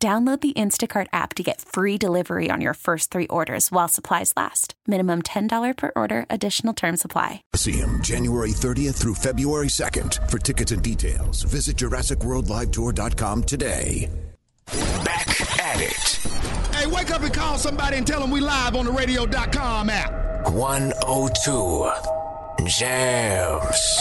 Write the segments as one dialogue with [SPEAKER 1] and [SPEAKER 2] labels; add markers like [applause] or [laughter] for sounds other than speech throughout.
[SPEAKER 1] Download the Instacart app to get free delivery on your first three orders while supplies last. Minimum $10 per order, additional term supply.
[SPEAKER 2] See him January 30th through February 2nd. For tickets and details, visit JurassicWorldLiveTour.com today. Back at it.
[SPEAKER 3] Hey, wake up and call somebody and tell them we live on the radio.com app.
[SPEAKER 2] 102 Jams.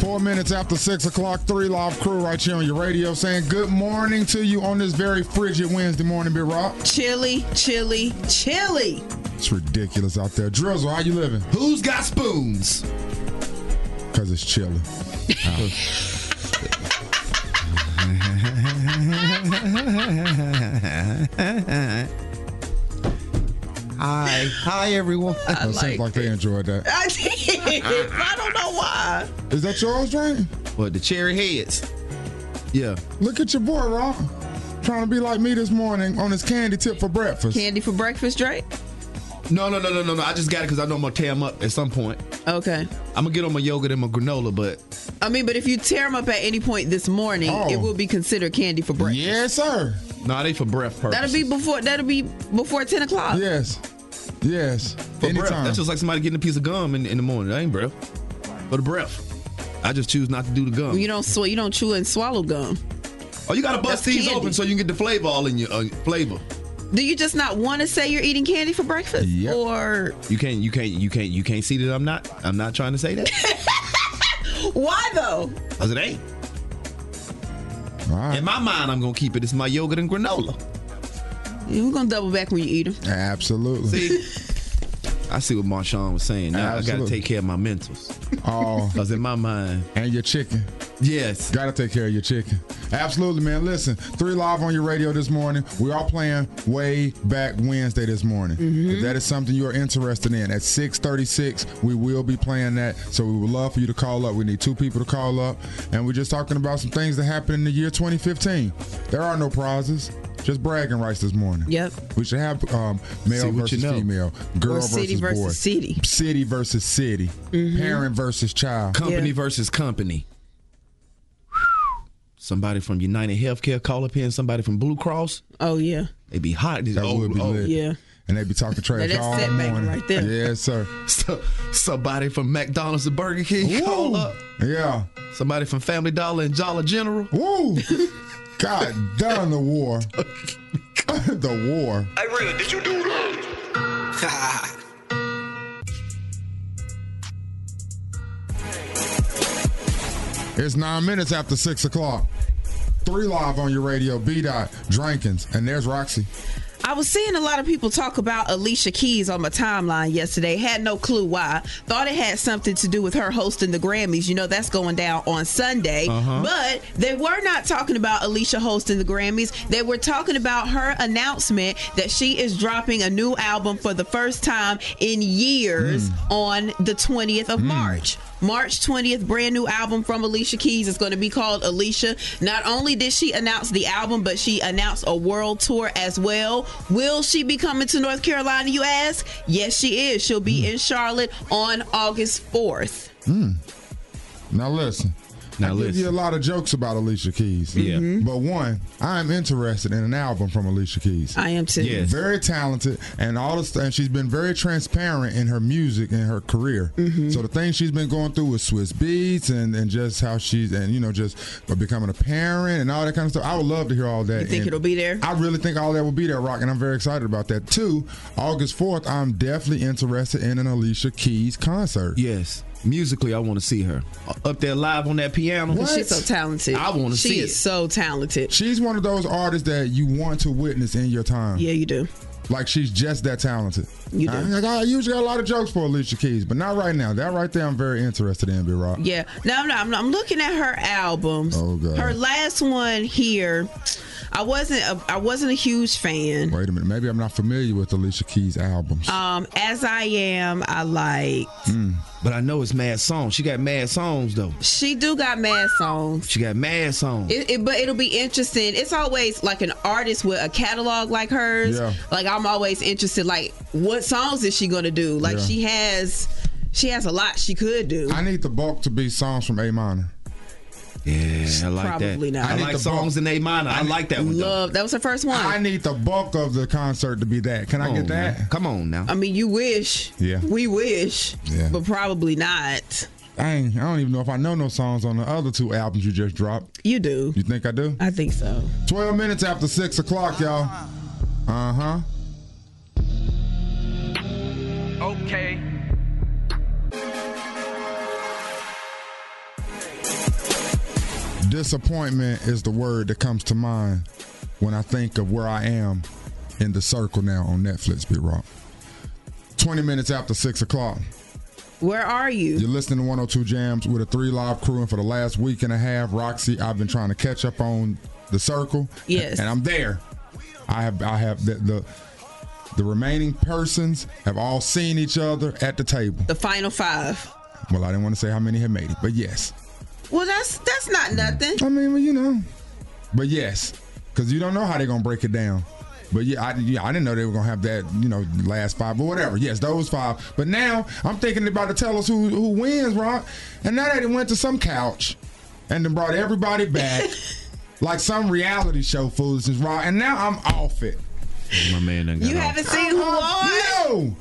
[SPEAKER 4] Four minutes after six o'clock, three live crew right here on your radio saying good morning to you on this very frigid Wednesday morning, Big Rock.
[SPEAKER 5] Chili, chili, chili. [laughs]
[SPEAKER 4] It's ridiculous out there. Drizzle, how you living?
[SPEAKER 3] Who's got spoons?
[SPEAKER 4] Cause it's chilly.
[SPEAKER 6] Hi. Hi, everyone.
[SPEAKER 4] it seems
[SPEAKER 5] like
[SPEAKER 4] like they enjoyed that.
[SPEAKER 5] I did. I don't know why.
[SPEAKER 4] Is that yours, right?
[SPEAKER 6] [laughs] What, the cherry heads? Yeah.
[SPEAKER 4] Look at your boy, Rock. Trying to be like me this morning on his candy tip for breakfast.
[SPEAKER 5] Candy for breakfast, Drake?
[SPEAKER 6] No, no, no, no, no, no. I just got it because I know I'm going to tear them up at some point.
[SPEAKER 5] Okay.
[SPEAKER 6] I'm going to get on my yogurt and my granola, but
[SPEAKER 5] I mean, but if you tear them up at any point this morning,
[SPEAKER 4] Oh.
[SPEAKER 5] it will be considered candy for breakfast.
[SPEAKER 4] Yes, sir.
[SPEAKER 6] nah, they for breath purposes.
[SPEAKER 5] That'll be before. That'll be before ten o'clock.
[SPEAKER 4] Yes. Yes.
[SPEAKER 6] for breath.
[SPEAKER 4] Anytime.
[SPEAKER 6] That's just like somebody getting a piece of gum in, in the morning. That ain't breath. For the breath. I just choose not to do the gum.
[SPEAKER 5] You don't sw- You don't chew and swallow gum.
[SPEAKER 6] oh, you got to bust
[SPEAKER 5] That's
[SPEAKER 6] these
[SPEAKER 5] candy.
[SPEAKER 6] open so you can get the flavor all in your uh, flavor.
[SPEAKER 5] Do you just not want to say you're eating candy for breakfast?
[SPEAKER 4] Yep.
[SPEAKER 5] Or
[SPEAKER 6] You can't, you can't, you can't, you can't see that I'm not, I'm not trying to say
[SPEAKER 5] [laughs]
[SPEAKER 6] that.
[SPEAKER 5] why though?
[SPEAKER 6] Because it ain't.
[SPEAKER 4] All right.
[SPEAKER 6] In my mind, I'm going to keep it. It's my yogurt and granola.
[SPEAKER 5] We're gonna double back when you eat them.
[SPEAKER 4] Absolutely. [laughs]
[SPEAKER 6] See, I see what Marshawn was saying. Now I
[SPEAKER 4] Absolutely.
[SPEAKER 6] gotta take care of my mentals.
[SPEAKER 4] Oh,
[SPEAKER 6] Cause in my mind,
[SPEAKER 4] and your chicken.
[SPEAKER 6] yes.
[SPEAKER 4] Gotta take care of your chicken. Absolutely, man. Listen, three live on your radio this morning. We are playing way back Wednesday this morning. If that is something you are interested in, at 6:36 we will be playing that. So we would love for you to call up. We need two people to call up, and we're just talking about some things that happened in the year 2015. There are no prizes. Just bragging rights this morning.
[SPEAKER 5] Yep.
[SPEAKER 4] We should have um, male
[SPEAKER 6] See what you
[SPEAKER 4] versus
[SPEAKER 6] know.
[SPEAKER 4] female, girl
[SPEAKER 5] Or city
[SPEAKER 4] versus
[SPEAKER 5] versus
[SPEAKER 4] boy,
[SPEAKER 5] city.
[SPEAKER 4] city versus city, parent versus child.
[SPEAKER 6] Company
[SPEAKER 5] Yeah.
[SPEAKER 6] versus company. Somebody from United Healthcare call up here and somebody from Blue Cross.
[SPEAKER 5] Oh yeah.
[SPEAKER 6] They be hot. Oh,
[SPEAKER 4] That would be lit.
[SPEAKER 5] yeah.
[SPEAKER 4] And they be talking trash
[SPEAKER 5] that's
[SPEAKER 4] all
[SPEAKER 5] setback
[SPEAKER 4] morning.
[SPEAKER 5] right there.
[SPEAKER 4] Yes, sir.
[SPEAKER 6] So- somebody from McDonald's and Burger King call up.
[SPEAKER 4] Yeah.
[SPEAKER 6] Somebody from Family Dollar and Dollar General.
[SPEAKER 4] Woo. God damn the war. [laughs] the war.
[SPEAKER 7] Hey, really, did you do that?
[SPEAKER 4] [laughs] It's nine minutes after six o'clock. Three live on your radio. B dot Drankins. And there's Roxy.
[SPEAKER 5] I was seeing a lot of people talk about Alicia Keys on my timeline yesterday. Had no clue why. Thought it had something to do with her hosting the Grammys. You know, that's going down on Sunday. But they were not talking about Alicia hosting the Grammys. They were talking about her announcement that she is dropping a new album for the first time in years
[SPEAKER 6] Hmm.
[SPEAKER 5] on the 20th of March. March 20th, brand new album from Alicia Keys. It's going to be called Alicia. Not only did she announce the album, but she announced a world tour as well. Will she be coming to North Carolina, you ask? Yes, she is. She'll
[SPEAKER 6] Hmm.
[SPEAKER 5] be in Charlotte on August 4th.
[SPEAKER 4] Now listen.
[SPEAKER 6] Now
[SPEAKER 4] I give you a
[SPEAKER 6] listen.
[SPEAKER 4] lot of jokes about Alicia Keys.
[SPEAKER 6] Yeah. Mm-hmm.
[SPEAKER 4] But one, I'm interested in an album from Alicia Keys.
[SPEAKER 5] I am too.
[SPEAKER 6] Yes.
[SPEAKER 4] very talented and all the st- and she's been very transparent in her music and her career
[SPEAKER 5] Mm-hmm.
[SPEAKER 4] so the things she's been going through with swiss beats and and just how she's and you know just becoming a parent and all that kind of stuff i would love to hear all that
[SPEAKER 5] You think
[SPEAKER 4] and
[SPEAKER 5] it'll be there?
[SPEAKER 4] i really think all that will be there rock and i'm very excited about that too august 4th i'm definitely interested in an alicia keys concert
[SPEAKER 6] Yes. Musically, I want to see her up there live on that piano.
[SPEAKER 4] What?
[SPEAKER 5] She's so talented.
[SPEAKER 6] I wanna
[SPEAKER 5] She
[SPEAKER 6] see
[SPEAKER 5] is
[SPEAKER 6] it.
[SPEAKER 5] so talented.
[SPEAKER 4] she's one of those artists that you want to witness in your time
[SPEAKER 5] Yeah, you do.
[SPEAKER 4] like she's just that talented.
[SPEAKER 5] You do.
[SPEAKER 4] I, I got- I usually got a lot of jokes for Alicia Keys, but not right now. That right there, I'm very interested in, B Rock.
[SPEAKER 5] Yeah. No, no, I'm, I'm looking at her albums.
[SPEAKER 4] Oh, God.
[SPEAKER 5] Her last one here, I wasn't a, I wasn't a huge fan.
[SPEAKER 4] Wait a minute. Maybe I'm not familiar with Alicia Keys' albums.
[SPEAKER 5] Um, As I Am, I like.
[SPEAKER 4] Mm.
[SPEAKER 6] But I know it's mad songs. She got mad songs though.
[SPEAKER 5] She do got mad songs.
[SPEAKER 6] She got mad songs.
[SPEAKER 5] It, it, but it'll be interesting. It's always like an artist with a catalog like hers.
[SPEAKER 4] Yeah.
[SPEAKER 5] Like I'm always interested. Like what songs is she gonna do? Like
[SPEAKER 4] Yeah.
[SPEAKER 5] she has, she has a lot she could do.
[SPEAKER 4] I need the bulk to be songs from A minor.
[SPEAKER 6] yeah, I like
[SPEAKER 5] Probably
[SPEAKER 6] that.
[SPEAKER 5] not. I
[SPEAKER 6] I,
[SPEAKER 5] need
[SPEAKER 6] like
[SPEAKER 4] the
[SPEAKER 6] songs
[SPEAKER 4] ball.
[SPEAKER 6] in A minor. I, like that one. though.
[SPEAKER 5] Love. That was her first one.
[SPEAKER 4] I need the bulk of the concert to be that. Can I
[SPEAKER 6] Come
[SPEAKER 4] get
[SPEAKER 6] on,
[SPEAKER 4] that?
[SPEAKER 6] Oh, man. Come on now.
[SPEAKER 5] I mean, you wish.
[SPEAKER 4] Yeah.
[SPEAKER 5] We wish.
[SPEAKER 4] Yeah.
[SPEAKER 5] But probably not.
[SPEAKER 4] Dang, I don't even know if I know no songs on the other two albums you just dropped.
[SPEAKER 5] You do.
[SPEAKER 4] You think I do?
[SPEAKER 5] I think so.
[SPEAKER 4] 12 minutes after 6 o'clock, y'all.
[SPEAKER 5] Uh-huh.
[SPEAKER 4] Uh huh.
[SPEAKER 8] Okay.
[SPEAKER 4] Disappointment is the word that comes to mind when I think of where I am in the circle now on Netflix, Big Rock. 20 minutes after 6 o'clock.
[SPEAKER 5] Where are you?
[SPEAKER 4] You're listening to 102 Jams with a three live crew, and for the last week and a half, Roxy, I've been trying to catch up on the circle.
[SPEAKER 5] Yes.
[SPEAKER 4] and I'm there. I have, I have the the, the remaining persons have all seen each other at the table.
[SPEAKER 5] The final five.
[SPEAKER 4] Well, I didn't want to say how many have made it, but yes,
[SPEAKER 5] Well, that's that's not nothing.
[SPEAKER 4] I mean, well, you know, but yes, because you don't know how they're gonna break it down. But yeah, I, yeah, I didn't know they were gonna have that, you know, last five, but whatever. Yes, those five. But now I'm thinking they're about to tell us who who wins, Rock. And now they done went to some couch and then brought everybody back like some reality show foolishness, Rock. And now I'm off it.
[SPEAKER 6] My man done got
[SPEAKER 5] You
[SPEAKER 6] off.
[SPEAKER 5] haven't seen who won?
[SPEAKER 4] No,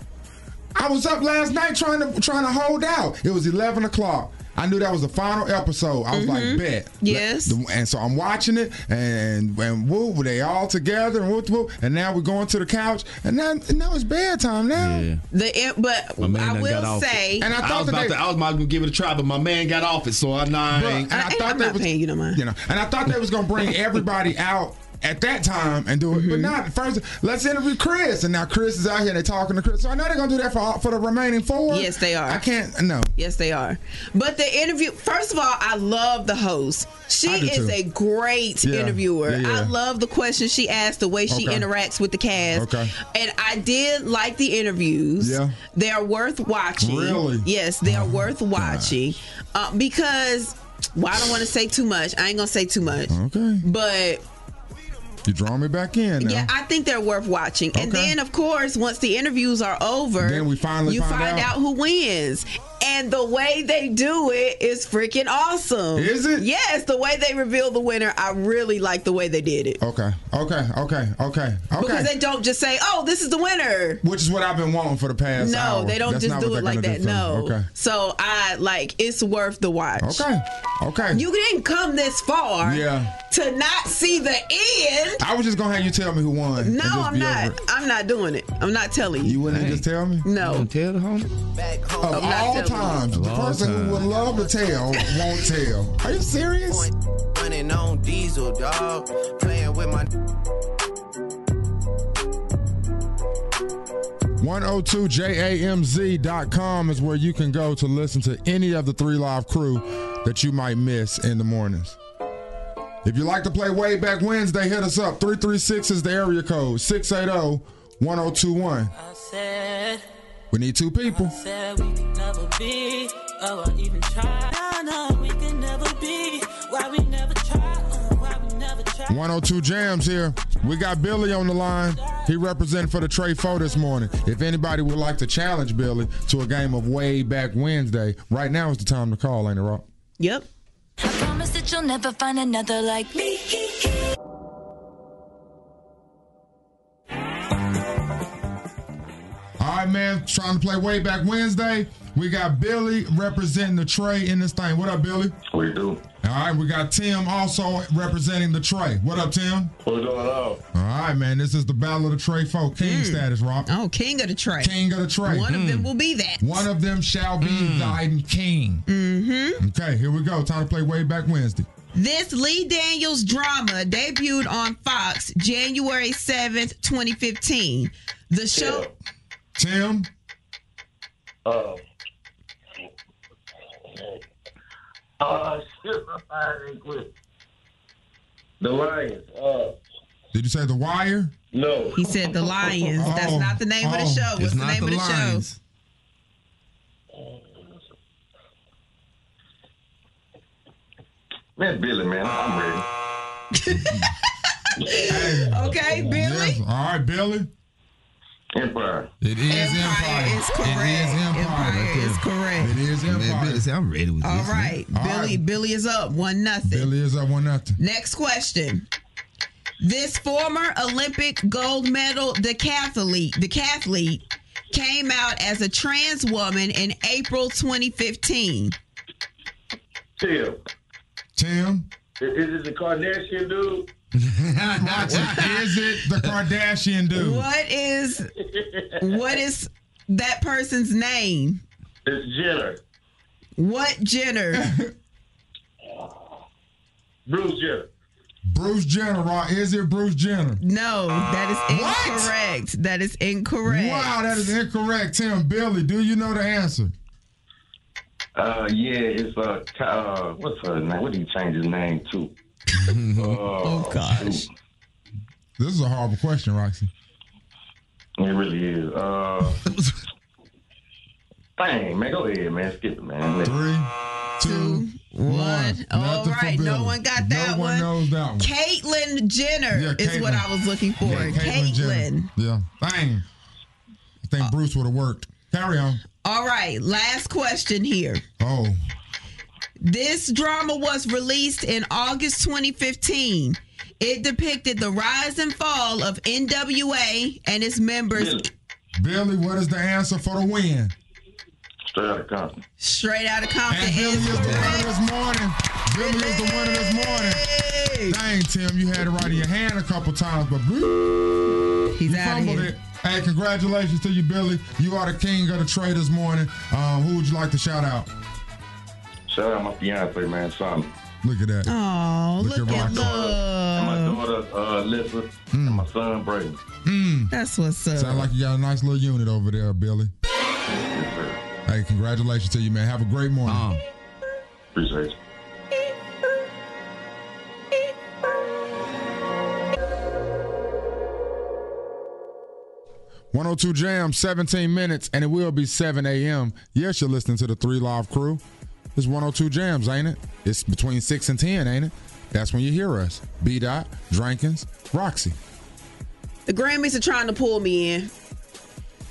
[SPEAKER 4] I was up last night trying to trying to hold out. It was eleven o'clock. I knew that was the final episode. I was like, bet.
[SPEAKER 5] Mm-hmm. Yes.
[SPEAKER 4] Le- the- And so I'm watching it, and and woo, were they all together, and woo, woo, and now we're going to the couch, and now now it's bedtime now.
[SPEAKER 6] Yeah.
[SPEAKER 5] The end, but
[SPEAKER 6] My man
[SPEAKER 5] I
[SPEAKER 6] done got
[SPEAKER 5] will
[SPEAKER 6] off it.
[SPEAKER 5] say,
[SPEAKER 4] And I
[SPEAKER 6] I,
[SPEAKER 4] thought
[SPEAKER 6] was
[SPEAKER 4] that
[SPEAKER 6] about
[SPEAKER 4] they,
[SPEAKER 6] to, I was about to give it a try, but my man got off it, so I nah, I
[SPEAKER 4] Bruh,
[SPEAKER 6] ain't-
[SPEAKER 5] I- I'm not paying you no mind.
[SPEAKER 4] You know, and I thought they was
[SPEAKER 5] [laughs]
[SPEAKER 4] gonna bring everybody out at that time and do it,
[SPEAKER 5] Mm-hmm.
[SPEAKER 4] but not first. Let's interview Chris, and now Chris is out here and they're talking to Chris. So I know they're gonna do that for all- for the remaining four.
[SPEAKER 5] Yes, they are.
[SPEAKER 4] I can't. No,
[SPEAKER 5] yes, they are. But the interview. First of all, I love the host. She
[SPEAKER 4] I do
[SPEAKER 5] is
[SPEAKER 4] too.
[SPEAKER 5] a great
[SPEAKER 4] Yeah.
[SPEAKER 5] interviewer.
[SPEAKER 4] Yeah, yeah.
[SPEAKER 5] I love the questions she asks, the way she
[SPEAKER 4] Okay.
[SPEAKER 5] interacts with the cast.
[SPEAKER 4] Okay.
[SPEAKER 5] And I did like the interviews.
[SPEAKER 4] Yeah.
[SPEAKER 5] they are worth watching.
[SPEAKER 4] Really? Oh
[SPEAKER 5] Yes, they are worth watching uh, because. Well, I don't want to say too much. I ain't gonna say too much.
[SPEAKER 4] Okay.
[SPEAKER 5] But
[SPEAKER 4] you draw me back in. Now.
[SPEAKER 5] Yeah, I think they're worth watching. And
[SPEAKER 4] Okay.
[SPEAKER 5] then, of course, once the interviews are over,
[SPEAKER 4] Then we finally
[SPEAKER 5] you
[SPEAKER 4] find
[SPEAKER 5] find
[SPEAKER 4] out.
[SPEAKER 5] out. who wins. And the way they do it is freaking awesome.
[SPEAKER 4] Is it?
[SPEAKER 5] Yes, the way they reveal the winner, I really like the way they did it.
[SPEAKER 4] okay, okay, okay, okay, okay.
[SPEAKER 5] Because they don't just say, "Oh, this is the winner."
[SPEAKER 4] Which is what I've been wanting for the past.
[SPEAKER 5] No,
[SPEAKER 4] hour.
[SPEAKER 5] they don't
[SPEAKER 4] That's
[SPEAKER 5] just
[SPEAKER 4] not
[SPEAKER 5] do
[SPEAKER 4] what
[SPEAKER 5] it
[SPEAKER 4] they're
[SPEAKER 5] like
[SPEAKER 4] gonna
[SPEAKER 5] that.
[SPEAKER 4] do to
[SPEAKER 5] No.
[SPEAKER 4] me.
[SPEAKER 5] So I like it's worth the watch.
[SPEAKER 4] Okay, okay, okay.
[SPEAKER 5] You didn't come this far
[SPEAKER 4] Yeah.
[SPEAKER 5] to not see the end.
[SPEAKER 4] I was just gonna have you tell me who won. and
[SPEAKER 5] No,
[SPEAKER 4] just
[SPEAKER 5] I'm
[SPEAKER 4] be over
[SPEAKER 5] not.
[SPEAKER 4] it.
[SPEAKER 5] I'm not doing it. I'm not telling you.
[SPEAKER 4] You wouldn't just tell me.
[SPEAKER 5] no.
[SPEAKER 6] Don't tell the homie.
[SPEAKER 4] Of
[SPEAKER 5] not telling
[SPEAKER 4] all
[SPEAKER 5] you.
[SPEAKER 4] times,
[SPEAKER 6] Of
[SPEAKER 4] the
[SPEAKER 6] all
[SPEAKER 4] person who would
[SPEAKER 6] time.
[SPEAKER 4] love to tell won't tell. Are you serious?
[SPEAKER 9] Running on diesel, dog. Playing with my
[SPEAKER 4] 102jamz.com is where you can go to listen to any of the three live crew that you might miss in the mornings. If you like to play way back Wednesday, hit us up. 336 is the area code 680 1021.
[SPEAKER 10] I said,
[SPEAKER 4] We need two people.
[SPEAKER 10] said we could never be. Oh, I even tried. I know we could never be. Why we never try? Oh, why we never try?
[SPEAKER 4] 102 Jams here. We got Billy on the line. He represented for the Trey Foe this morning. If anybody would like to challenge Billy to a game of way back Wednesday, right now is the time to call, ain't it, Rock?
[SPEAKER 5] Yep.
[SPEAKER 11] I promise that you'll never find another like me.
[SPEAKER 4] All right, man. Trying to play way back Wednesday. We got Billy representing the Trey in this thing. What up, Billy?
[SPEAKER 7] We do.
[SPEAKER 4] All right, we got Tim also representing the Trey. What up, Tim?
[SPEAKER 7] What's going on?
[SPEAKER 4] All right, man. This is the battle of the Trey foe. King status, Rock.
[SPEAKER 5] Oh, king of the tray.
[SPEAKER 4] King of the Trey.
[SPEAKER 5] One of them will be that.
[SPEAKER 4] One of them shall be thine king. Mm-hmm. Okay, here we go. Time to play way back Wednesday.
[SPEAKER 5] This Lee Daniels drama debuted on Fox January 7th, 2015. The show.
[SPEAKER 4] Tim.
[SPEAKER 12] Uh, uh, shit, my mind ain't quit. The Lions. Uh,
[SPEAKER 4] Did you say The Wire?
[SPEAKER 12] No.
[SPEAKER 5] He said the Lions. That's
[SPEAKER 4] Oh,
[SPEAKER 5] not the name of the
[SPEAKER 4] oh,
[SPEAKER 5] show.
[SPEAKER 4] it's
[SPEAKER 5] What's the
[SPEAKER 4] not
[SPEAKER 5] name
[SPEAKER 4] the
[SPEAKER 5] of the
[SPEAKER 4] Lions.
[SPEAKER 12] man, Billy, man, I'm ready.
[SPEAKER 5] show? Okay, Billy.
[SPEAKER 4] Yes. All right, Billy.
[SPEAKER 12] Empire.
[SPEAKER 4] It is Empire.
[SPEAKER 5] It's correct.
[SPEAKER 4] It is Empire. right there.
[SPEAKER 5] It's correct.
[SPEAKER 4] It is Empire.
[SPEAKER 6] Billy said, I'm ready with
[SPEAKER 5] All
[SPEAKER 6] this.
[SPEAKER 5] right,
[SPEAKER 4] All
[SPEAKER 5] Billy.
[SPEAKER 4] right.
[SPEAKER 5] Billy is up one nothing.
[SPEAKER 4] Billy is up one nothing.
[SPEAKER 5] Next question. This former Olympic gold medal decathlete, decathlete came out as a trans woman in April 2015.
[SPEAKER 12] Tim.
[SPEAKER 4] Tim.
[SPEAKER 12] i- Is it the Kardashian dude?
[SPEAKER 4] is it the Kardashian dude?
[SPEAKER 5] What is what is that person's name?
[SPEAKER 12] It's Jenner.
[SPEAKER 5] What Jenner?
[SPEAKER 12] Bruce Jenner.
[SPEAKER 4] Bruce Jenner. Ron. Is it Bruce Jenner?
[SPEAKER 5] No, that is
[SPEAKER 4] [laughs] What?
[SPEAKER 5] incorrect. That is incorrect.
[SPEAKER 4] Wow, that is incorrect. Tim, Billy, do you know the answer?
[SPEAKER 12] Uh, yeah, it's uh, Ty- uh, what's her name? What did he change his name to? [laughs] oh gosh,
[SPEAKER 4] This is a horrible question, Roxy.
[SPEAKER 12] it really is.
[SPEAKER 13] [laughs]
[SPEAKER 12] Uh, dang, man, go ahead, man, skip it, man.
[SPEAKER 13] Uh,
[SPEAKER 12] Let-
[SPEAKER 4] Three, two, one.
[SPEAKER 5] All
[SPEAKER 4] Nothing for
[SPEAKER 5] right, no
[SPEAKER 4] Billy.
[SPEAKER 5] one got that
[SPEAKER 4] No
[SPEAKER 5] one.
[SPEAKER 4] one knows that one.
[SPEAKER 5] Caitlyn Jenner
[SPEAKER 4] Yeah,
[SPEAKER 5] is what
[SPEAKER 4] Caitlyn.
[SPEAKER 5] I was looking for.
[SPEAKER 4] Yeah,
[SPEAKER 5] Caitlyn.
[SPEAKER 4] Jenner. Yeah. Dang. I
[SPEAKER 5] Uh,
[SPEAKER 4] think Bruce would have worked. Carry on.
[SPEAKER 5] All right, last question here.
[SPEAKER 4] Oh.
[SPEAKER 5] This drama was released in August 2015. It depicted the rise and fall of NWA and its members
[SPEAKER 4] Billy, what is the answer for the win?
[SPEAKER 12] Straight out of Compton.
[SPEAKER 5] straight out of
[SPEAKER 4] And
[SPEAKER 5] Compton.
[SPEAKER 4] Billy
[SPEAKER 5] is
[SPEAKER 4] is the winner
[SPEAKER 5] correct.
[SPEAKER 4] this morning. Billy is the winner this morning. Dang, Tim, you had it right in your hand a couple times, but
[SPEAKER 5] He's
[SPEAKER 4] you
[SPEAKER 5] out of
[SPEAKER 4] fumbled
[SPEAKER 5] here.
[SPEAKER 4] it. Hey, congratulations to you, Billy. You are the king of the trade this morning. Um, who would you like to shout out?
[SPEAKER 12] Shout out my fiance, man, Sonia.
[SPEAKER 4] Look at that.
[SPEAKER 5] Oh,
[SPEAKER 4] Look
[SPEAKER 5] look,
[SPEAKER 4] at
[SPEAKER 5] at
[SPEAKER 4] Rocky.
[SPEAKER 12] And my
[SPEAKER 5] love.
[SPEAKER 12] daughter, uh, Alyssa, and my son, Braden.
[SPEAKER 4] Mm.
[SPEAKER 5] That's what's up.
[SPEAKER 4] Sound like you got a nice little unit over there, Billy.
[SPEAKER 12] Yes, sir.
[SPEAKER 4] Hey, congratulations to you, man. Have a great morning.
[SPEAKER 6] Um,
[SPEAKER 12] Appreciate you.
[SPEAKER 4] One hundred two jam, seventeen minutes, and it will be seven a.m. Yes, you're listening to the Three Live Crew. It's one hundred two jams, ain't it? It's between six and ten, ain't it? That's when you hear us. B dot, Drankins, Roxy.
[SPEAKER 5] The Grammys are trying to pull me in.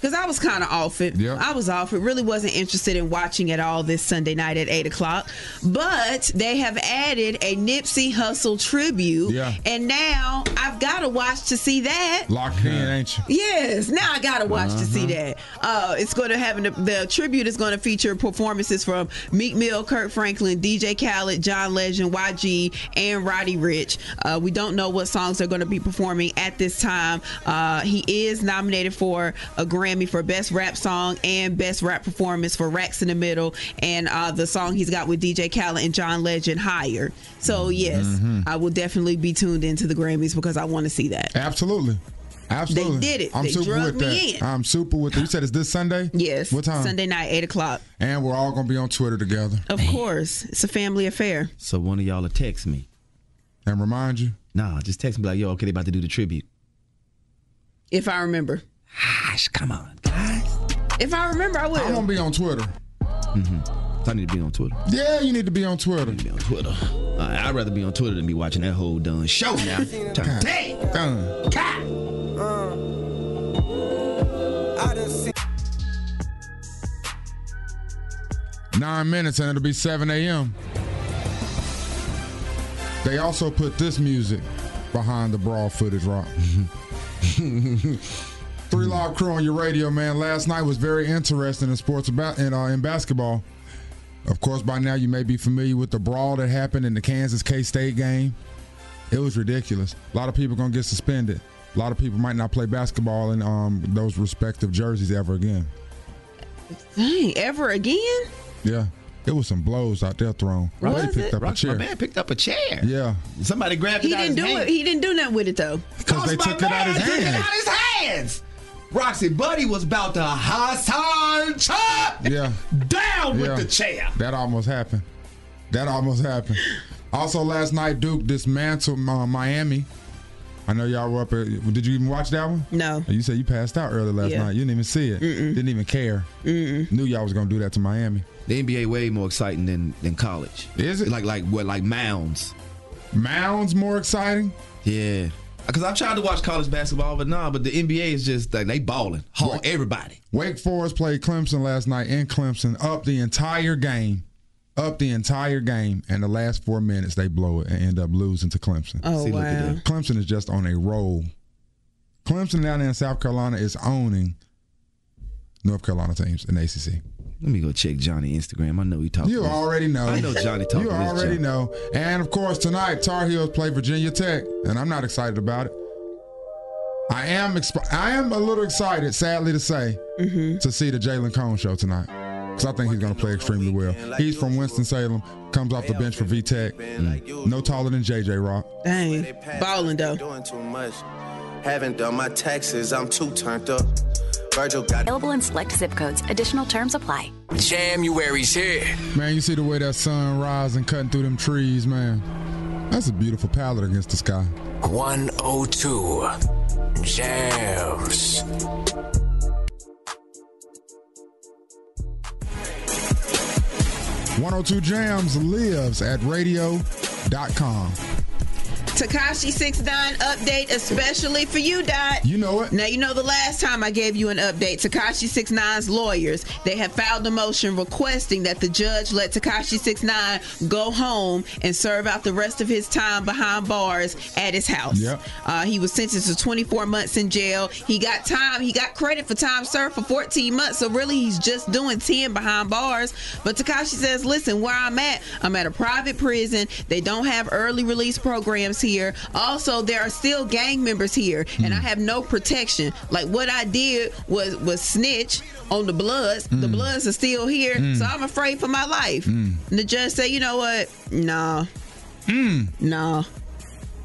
[SPEAKER 5] Cause I was kind of off it.
[SPEAKER 4] Yeah.
[SPEAKER 5] I was off it. Really wasn't interested in watching at all this Sunday night at eight o'clock. But they have added a Nipsey Hustle tribute.
[SPEAKER 4] Yeah.
[SPEAKER 5] And now I've got to watch to see that.
[SPEAKER 4] Locked in, ain't you?
[SPEAKER 5] Yes, now I gotta watch to see that. Uh, it's going to have an, the tribute is going to feature performances from Meek Mill, Kurt Franklin, DJ Khaled, John Legend, YG, and Roddy Rich. Uh, we don't know what songs they're going to be performing at this time. Uh, he is nominated for a Grammy for Best Rap Song and Best Rap Performance for Racks in the Middle, and uh, the song he's got with DJ Khaled and John Legend, Higher. So yes, I will definitely be tuned into the Grammys because I want to see that.
[SPEAKER 4] Absolutely. Absolutely.
[SPEAKER 5] did it.
[SPEAKER 4] I'm
[SPEAKER 5] They
[SPEAKER 4] super
[SPEAKER 5] drugged
[SPEAKER 4] with
[SPEAKER 5] me
[SPEAKER 4] that.
[SPEAKER 5] in.
[SPEAKER 4] I'm super with that. You said it's this Sunday?
[SPEAKER 5] Yes.
[SPEAKER 4] What time?
[SPEAKER 5] Sunday night, eight o'clock.
[SPEAKER 4] And we're all gonna be on Twitter together.
[SPEAKER 5] Of course, it's a family affair.
[SPEAKER 6] So one of y'all will text me.
[SPEAKER 4] And remind you.
[SPEAKER 6] Nah, just text me like, yo, okay, they about to do the tribute.
[SPEAKER 5] If I remember,
[SPEAKER 6] Gosh, come on, guys.
[SPEAKER 5] if I remember, I
[SPEAKER 4] I'm
[SPEAKER 5] will.
[SPEAKER 4] gonna be on Twitter.
[SPEAKER 6] I need to be on Twitter.
[SPEAKER 4] Yeah, you need to be on Twitter.
[SPEAKER 6] Be on Twitter. Uh, I'd rather be on Twitter than be watching that whole done show [laughs] now. Turn- Dang.
[SPEAKER 4] Done. Nine minutes and it'll be 7 a.m. They also put this music behind the brawl footage rock. [laughs] Three Live Crew on your radio, man. Last night was very interesting in sports about and uh, in basketball. Of course, by now you may be familiar with the brawl that happened in the Kansas K State game. It was ridiculous. A lot of people gonna get suspended. A lot of people might not play basketball in um, those respective jerseys ever again.
[SPEAKER 5] Dang, ever again?
[SPEAKER 4] Yeah, it was some blows out there thrown.
[SPEAKER 5] Was
[SPEAKER 4] Buddy picked
[SPEAKER 5] it?
[SPEAKER 6] Rock,
[SPEAKER 4] up a
[SPEAKER 6] my
[SPEAKER 4] chair.
[SPEAKER 6] man picked up a chair.
[SPEAKER 4] Yeah,
[SPEAKER 6] Somebody grabbed
[SPEAKER 5] He
[SPEAKER 6] it out
[SPEAKER 5] didn't
[SPEAKER 6] his
[SPEAKER 5] do
[SPEAKER 6] hand.
[SPEAKER 5] it. He didn't do nothing with it though.
[SPEAKER 4] because they
[SPEAKER 6] my
[SPEAKER 4] took it out
[SPEAKER 6] man
[SPEAKER 4] his
[SPEAKER 6] took it
[SPEAKER 4] hand.
[SPEAKER 6] out his hands.
[SPEAKER 14] Roxy Buddy was about to Hassan chop
[SPEAKER 4] yeah.
[SPEAKER 14] down with the chair.
[SPEAKER 4] That almost happened. That almost happened. Also, last night Duke dismantled uh, Miami. I know y'all were up. At, did you even watch that one?
[SPEAKER 5] No.
[SPEAKER 4] You said you passed out early last
[SPEAKER 5] Yeah.
[SPEAKER 4] night. You didn't even see it. Didn't even care. Knew y'all was gonna do that to Miami.
[SPEAKER 6] The NBA way more exciting than than college.
[SPEAKER 4] Is it
[SPEAKER 6] like like what like mounds?
[SPEAKER 4] Mounds more exciting?
[SPEAKER 6] Yeah. Cause I've tried to watch college basketball, but nah. But the NBA is just like they balling, haul everybody.
[SPEAKER 4] Wake Forest played Clemson last night in Clemson, up the entire game, up the entire game, and the last four minutes they blow it and end up losing to Clemson.
[SPEAKER 5] Oh, See, look at wow. that.
[SPEAKER 4] Clemson is just on a roll. Clemson down there in South Carolina is owning North Carolina teams in ACC.
[SPEAKER 6] Let me go check Johnny Instagram. I know he talking.
[SPEAKER 4] You already know.
[SPEAKER 6] I know Johnny talking.
[SPEAKER 4] You
[SPEAKER 6] to his
[SPEAKER 4] already
[SPEAKER 6] Johnny.
[SPEAKER 4] know. And of course, tonight Tar Heels play Virginia Tech, and I'm not excited about it. I am. Exp- I am a little excited, sadly to say, to see the Jalen Cone show tonight, because I think he's going to play extremely well. He's from Winston Salem, comes off the bench for V Tech,
[SPEAKER 6] Mm.
[SPEAKER 4] no taller than JJ Rock.
[SPEAKER 5] Dang.
[SPEAKER 9] Ballin' though. Doing too much. Haven't done my taxes. I'm too turned up. Virgil got
[SPEAKER 1] Available in select zip codes. Additional terms apply.
[SPEAKER 15] January's here.
[SPEAKER 4] Man, you see the way that sun rising, cutting through them trees, man. That's a beautiful palette against the sky.
[SPEAKER 15] 102 Jams.
[SPEAKER 4] One hundred two jams lives at radio.com.
[SPEAKER 5] Takashi 69 update especially for you, Dot.
[SPEAKER 4] You know it.
[SPEAKER 5] Now you know the last time I gave you an update, Takashi 69's lawyers, they have filed a motion requesting that the judge let Takashi 69 go home and serve out the rest of his time behind bars at his house.
[SPEAKER 16] Yep.
[SPEAKER 5] Uh, he was sentenced to 24 months in jail. He got time. He got credit for time served for 14 months. So really, he's just doing 10 behind bars. But Takashi says, "Listen, where I'm at, I'm at a private prison. They don't have early release programs here. Also, there are still gang members here, and I have no protection. Like what I did was was snitch on the Bloods. The
[SPEAKER 16] Mm.
[SPEAKER 5] Bloods are still here,
[SPEAKER 16] Mm.
[SPEAKER 5] so I'm afraid for my life."
[SPEAKER 16] Mm.
[SPEAKER 5] And the judge said, "You know what? Nah, nah."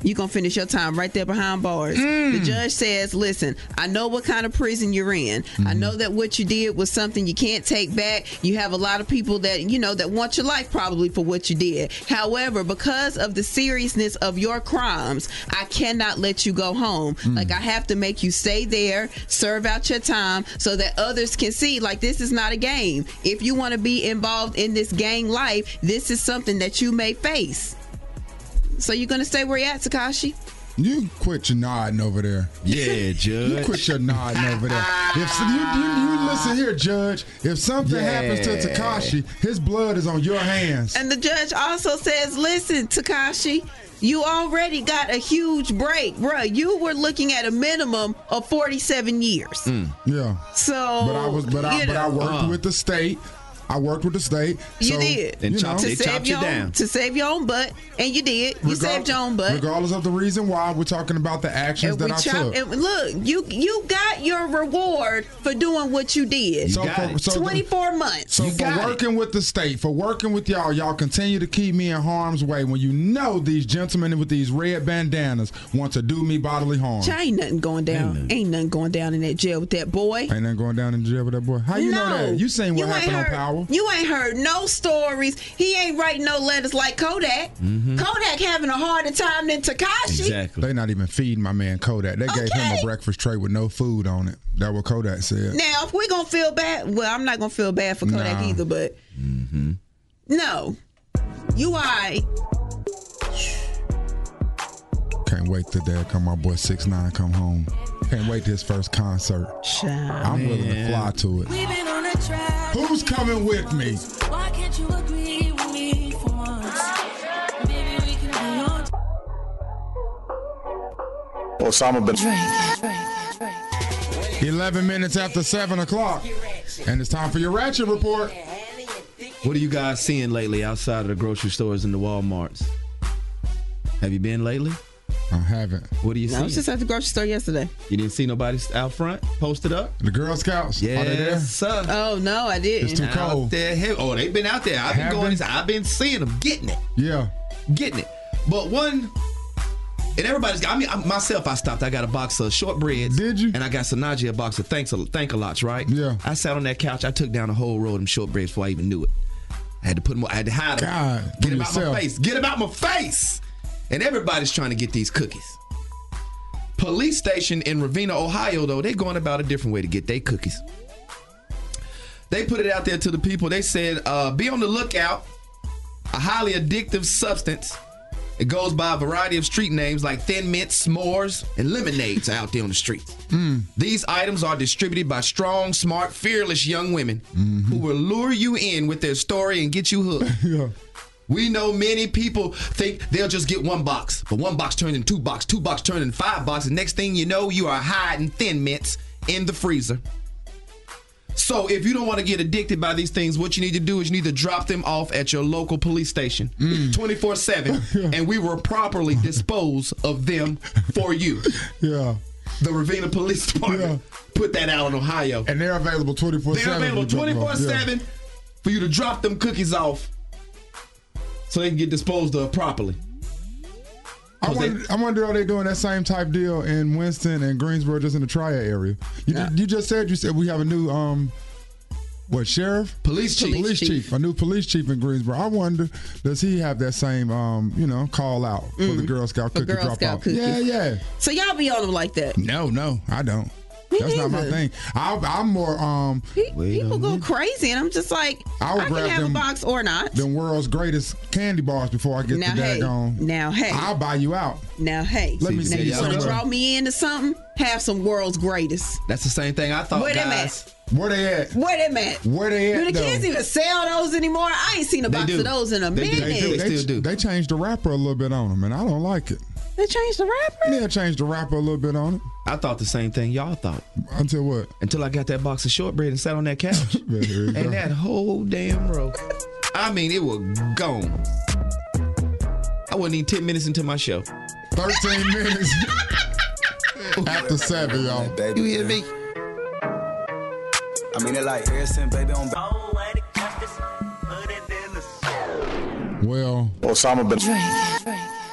[SPEAKER 5] you gonna finish your time right there behind bars. The judge says, "Listen, I know what kind of prison you're in. I know that what you did was something you can't take back. You have a lot of people that you know that want your life probably for what you did. However, because of the seriousness of your crimes, I cannot let you go home. Like I have to make you stay there, serve out your time, so that others can see. Like this is not a game. If you want to be involved in this gang life, this is something that you may face." So you're gonna stay where you at, Takashi?
[SPEAKER 4] You quit your nodding over there.
[SPEAKER 6] Yeah, Judge.
[SPEAKER 4] You quit your nodding over there. If you, you, you listen here, Judge. If something happens to
[SPEAKER 5] Yeah.
[SPEAKER 4] Takashi, his blood is on your hands.
[SPEAKER 5] And the judge also says, listen, Takashi, you already got a huge break, bruh. You were looking at a minimum of 47 years.
[SPEAKER 4] Yeah.
[SPEAKER 5] So,
[SPEAKER 4] But I was, but I,
[SPEAKER 5] you
[SPEAKER 4] but I
[SPEAKER 5] know. Uh-huh.
[SPEAKER 4] worked with the state. I worked with the state.
[SPEAKER 5] You
[SPEAKER 4] so,
[SPEAKER 5] did.
[SPEAKER 4] you know,
[SPEAKER 5] to save your own, to save your own butt, and you did. You
[SPEAKER 4] Regar-
[SPEAKER 5] saved your own butt.
[SPEAKER 4] Regardless of the reason why, we're talking about the actions
[SPEAKER 5] And we
[SPEAKER 4] that I
[SPEAKER 5] chop-
[SPEAKER 4] took.
[SPEAKER 5] and look, you you got your reward for doing what you did.
[SPEAKER 4] So for- so the-
[SPEAKER 5] 24 months.
[SPEAKER 4] So for working with the state, for working with y'all, y'all continue to keep me in harm's way when you know these gentlemen with these red bandanas want to do me bodily harm.
[SPEAKER 5] Chai, ain't nothing going down. Ain't, nothing going down in that jail with that boy.
[SPEAKER 4] Ain't nothing going down in jail with that boy. How you know
[SPEAKER 5] No.
[SPEAKER 4] that? You seen what
[SPEAKER 5] You ain't
[SPEAKER 4] happened on
[SPEAKER 5] heard-
[SPEAKER 4] Power?
[SPEAKER 5] You ain't heard no stories. He ain't writing no letters like Kodak.
[SPEAKER 4] Mhm.
[SPEAKER 5] Kodak having a harder time than Takashi.
[SPEAKER 4] They not even feeding my man Kodak. They gave him a breakfast tray with no food on it. That what Kodak said.
[SPEAKER 5] Now, if we're gonna feel bad, well, I'm not gonna feel bad for Kodak
[SPEAKER 4] Nah. Mm-hmm.
[SPEAKER 5] either, but no. You I
[SPEAKER 4] Can't wait till dad come. My boy six nine come home. Can't wait to his first concert. I'm willing to fly to it.
[SPEAKER 10] We've been on a track.
[SPEAKER 4] Who's coming with me?
[SPEAKER 10] Why can't you agree with me for once? Maybe we can be on
[SPEAKER 4] Osama bin Eleven minutes after seven o'clock, and it's time for your ratchet report.
[SPEAKER 6] What are you guys seeing lately outside of the grocery stores and the WalMarts? Have you been lately?
[SPEAKER 4] I haven't.
[SPEAKER 6] What do you
[SPEAKER 5] I
[SPEAKER 6] see?
[SPEAKER 5] was just at the grocery store yesterday.
[SPEAKER 6] you didn't see nobody out front posted up?
[SPEAKER 4] The Girl Scouts.
[SPEAKER 6] Yeah.
[SPEAKER 4] Are they there?
[SPEAKER 6] Sir.
[SPEAKER 5] Oh no, I didn't.
[SPEAKER 6] Out there, hell- oh, they've been out there. I've been
[SPEAKER 5] Have
[SPEAKER 6] going. I've been seeing them, getting it,
[SPEAKER 4] Yeah.
[SPEAKER 6] getting it. But one And everybody's. I mean, I, myself, I stopped. I got a box of shortbreads. Did you? And I got Sanaji a box of thanks, thank a lots, right? Yeah. I sat on that couch. I took down a whole roll of them shortbreads before I even knew it. I had to put them. I had to hide them.
[SPEAKER 4] God,
[SPEAKER 6] get
[SPEAKER 4] do
[SPEAKER 6] them out
[SPEAKER 4] yourself.
[SPEAKER 6] my face. Get them out my face. And everybody's trying to get these cookies. Police station in Ravina, Ohio, though they going about a different way to get their cookies. They put it out there to the people. They said, uh, "Be on the lookout. A highly addictive substance." It goes by a variety of street names like Thin Mint, S'mores, and Lemonades are out there on the streets.
[SPEAKER 4] Hmm.
[SPEAKER 6] These items are distributed by strong, smart, fearless young women
[SPEAKER 4] Hmm.
[SPEAKER 6] who will lure you in with their story and get you hooked. We know many people think they'll just get one box, but one box turns into two box, two box turns into five box, and next thing you know, you are hiding Thin Mints in the freezer. So if you don't want to get addicted by these things, what you need to do is you need to drop them off at your local police station 24 7, and we will properly dispose of them for you.
[SPEAKER 4] Yeah.
[SPEAKER 6] The Ravina Police Department put that out in Ohio.
[SPEAKER 4] And they're available 24
[SPEAKER 6] They're
[SPEAKER 4] 7.
[SPEAKER 6] available 24 7 for you to drop them cookies off so they can get disposed of properly.
[SPEAKER 4] I wonder, I wonder are they doing that same type deal in Winston and Greensboro, just in the Triad area? You, ju- you just said you said we have a new um, what sheriff,
[SPEAKER 6] police
[SPEAKER 4] chief, police chief. a new police chief in Greensboro. I wonder does he have that same um, you know, call out for the Girl Scout
[SPEAKER 5] Mm-hmm. For
[SPEAKER 4] cookie
[SPEAKER 5] Girl
[SPEAKER 4] drop
[SPEAKER 5] Scout
[SPEAKER 4] off?
[SPEAKER 5] cookies.
[SPEAKER 4] Yeah, yeah.
[SPEAKER 5] So y'all be on them like that.
[SPEAKER 4] No, no, I don't. That's not my
[SPEAKER 5] neither.
[SPEAKER 4] thing. I, I'm more um.
[SPEAKER 5] People go crazy, and I'm just like,
[SPEAKER 4] I
[SPEAKER 5] I,
[SPEAKER 4] would
[SPEAKER 5] can
[SPEAKER 4] grab
[SPEAKER 5] have
[SPEAKER 4] them-
[SPEAKER 5] a box or not.
[SPEAKER 4] the world's greatest candy bars before I get
[SPEAKER 5] Now,
[SPEAKER 4] the
[SPEAKER 5] hey.
[SPEAKER 4] daggone.
[SPEAKER 5] Now, hey.
[SPEAKER 4] I'll buy you out.
[SPEAKER 5] Now, hey,
[SPEAKER 4] Let me
[SPEAKER 5] now,
[SPEAKER 4] see
[SPEAKER 5] you
[SPEAKER 4] y'all
[SPEAKER 5] wanna
[SPEAKER 4] go.
[SPEAKER 5] draw me into something? Have some world's greatest.
[SPEAKER 6] That's the same thing I thought,
[SPEAKER 5] Where them
[SPEAKER 6] guys.
[SPEAKER 4] Where they at?
[SPEAKER 5] Where them at?
[SPEAKER 4] Where they
[SPEAKER 5] Do
[SPEAKER 4] at?
[SPEAKER 5] the kids
[SPEAKER 4] though?
[SPEAKER 5] even sell those anymore? I ain't seen a
[SPEAKER 4] They
[SPEAKER 5] box
[SPEAKER 4] do.
[SPEAKER 5] of those in a
[SPEAKER 4] They do.
[SPEAKER 5] minute.
[SPEAKER 4] They, do. They, they changed the rapper a little bit on them, and I don't like it.
[SPEAKER 5] They changed the rapper.
[SPEAKER 4] Yeah, changed the rapper a little bit on it.
[SPEAKER 6] I thought the same thing y'all thought.
[SPEAKER 4] Until what? [laughs]
[SPEAKER 6] Until I got that box of shortbread and sat on that couch.
[SPEAKER 4] and
[SPEAKER 14] go.
[SPEAKER 6] that whole damn row. I mean, it was gone. I wasn't even 10 minutes into my show.
[SPEAKER 4] 13 minutes. [laughs] After seven, y'all.
[SPEAKER 6] You hear me?
[SPEAKER 16] I mean it like Harrison, baby, on back.
[SPEAKER 4] Well,
[SPEAKER 16] Osama bin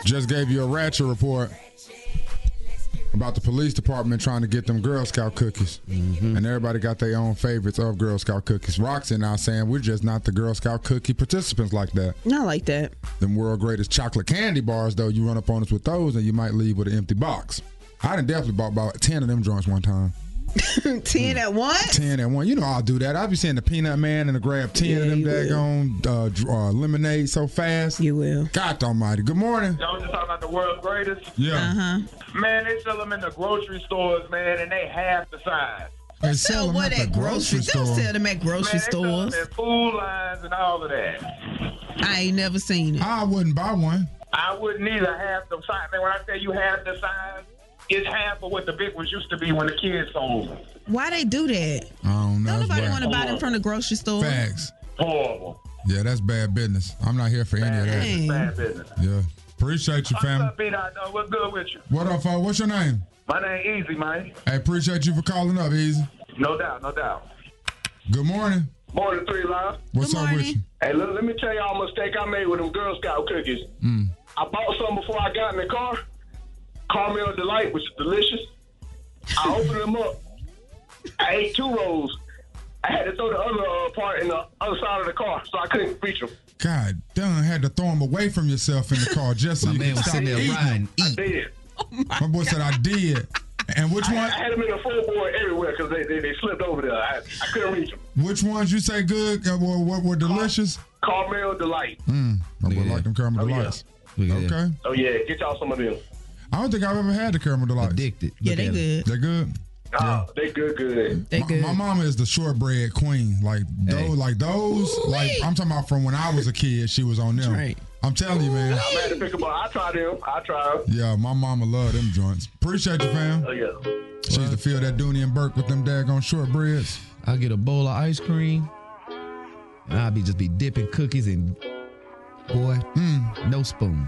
[SPEAKER 4] just gave you a ratchet report about the police department trying to get them Girl Scout cookies, and everybody got their own favorites of Girl Scout cookies. Roxy and I saying we're just not the Girl Scout cookie participants like that.
[SPEAKER 5] Not like that. [laughs]
[SPEAKER 4] Them world greatest chocolate candy bars, though, you run up on us with those, and you might leave with an empty box. I done definitely bought about ten of them joints one time.
[SPEAKER 5] 10 at once?
[SPEAKER 4] 10 at one. You know I'll do that. I'll be seeing the peanut man and the grab 10 of them daggone uh, dr- uh, lemonade so fast.
[SPEAKER 5] You will.
[SPEAKER 4] God almighty. Good morning.
[SPEAKER 17] Y'all just talking about the world's greatest?
[SPEAKER 4] Yeah. Uh-huh.
[SPEAKER 17] Man, they sell them in the grocery stores, man, and they half the size.
[SPEAKER 4] They sell them at the grocery
[SPEAKER 5] Don't
[SPEAKER 4] store.
[SPEAKER 5] sell them at grocery
[SPEAKER 17] Man, they sell them
[SPEAKER 5] stores.
[SPEAKER 17] in food lines and all of that.
[SPEAKER 5] I ain't never seen it.
[SPEAKER 4] I wouldn't buy one.
[SPEAKER 17] I wouldn't either half the size. Man, when I say you half the size, it's half of what the big ones used to be when the kids sold them.
[SPEAKER 5] Why they do that?
[SPEAKER 4] I don't know. That's
[SPEAKER 5] Nobody
[SPEAKER 4] whack.
[SPEAKER 5] want to buy them from the grocery store.
[SPEAKER 4] Facts.
[SPEAKER 17] Horrible.
[SPEAKER 4] Yeah, that's bad business. I'm not here for any of that.
[SPEAKER 5] business, bad
[SPEAKER 17] business.
[SPEAKER 4] Yeah. Appreciate you, fam.
[SPEAKER 17] Up, I know what's good with you.
[SPEAKER 4] What up, uh, What's your name?
[SPEAKER 17] My name Easy, man.
[SPEAKER 4] I appreciate you for calling up, Easy.
[SPEAKER 17] No doubt, no doubt.
[SPEAKER 4] Good morning.
[SPEAKER 17] Morning, three live.
[SPEAKER 4] What's up with you?
[SPEAKER 17] Hey, look, let me tell y'all a mistake I made with them Girl Scout cookies.
[SPEAKER 4] Mm.
[SPEAKER 17] I bought some before I got in the car. Caramel Delight, which is delicious. I opened them up. I ate two rolls. I had to throw the other uh, part in the other side of the car, so I couldn't reach them.
[SPEAKER 4] God, done had to throw them away from yourself in the car just so you
[SPEAKER 6] man
[SPEAKER 4] can
[SPEAKER 6] was
[SPEAKER 4] stop
[SPEAKER 6] sitting there
[SPEAKER 4] eating.
[SPEAKER 6] riding,
[SPEAKER 4] eat.
[SPEAKER 17] Did.
[SPEAKER 4] My boy said I did. And which
[SPEAKER 17] I,
[SPEAKER 4] one?
[SPEAKER 17] I had them in the full board everywhere because they, they, they slipped over there. I, I couldn't reach them.
[SPEAKER 4] Which ones you say good? uh, What were, were delicious?
[SPEAKER 17] Caramel Delight.
[SPEAKER 4] Mm, I would like them caramel
[SPEAKER 17] yeah.
[SPEAKER 4] delights.
[SPEAKER 17] Look
[SPEAKER 4] Okay.
[SPEAKER 17] Oh, yeah, get y'all some of them.
[SPEAKER 4] I don't think I've ever had the caramel delights. Addicted.
[SPEAKER 17] Yeah, Look they at it. good.
[SPEAKER 4] They're good.
[SPEAKER 17] Oh, they good, good.
[SPEAKER 4] my, my mama is the shortbread queen. Like those, like those, like I'm talking about from when I was a kid. She was on them. I'm telling you, man.
[SPEAKER 17] I'm ready to pick them up. I try them. I try them.
[SPEAKER 4] Yeah, my mama loved them joints. Appreciate you, fam.
[SPEAKER 17] Oh, yeah.
[SPEAKER 4] She used to fill that Dooney and Burke with them daggone shortbreads.
[SPEAKER 6] I get a bowl of ice cream. and I'll be just be dipping cookies and boy, mm, no spoon.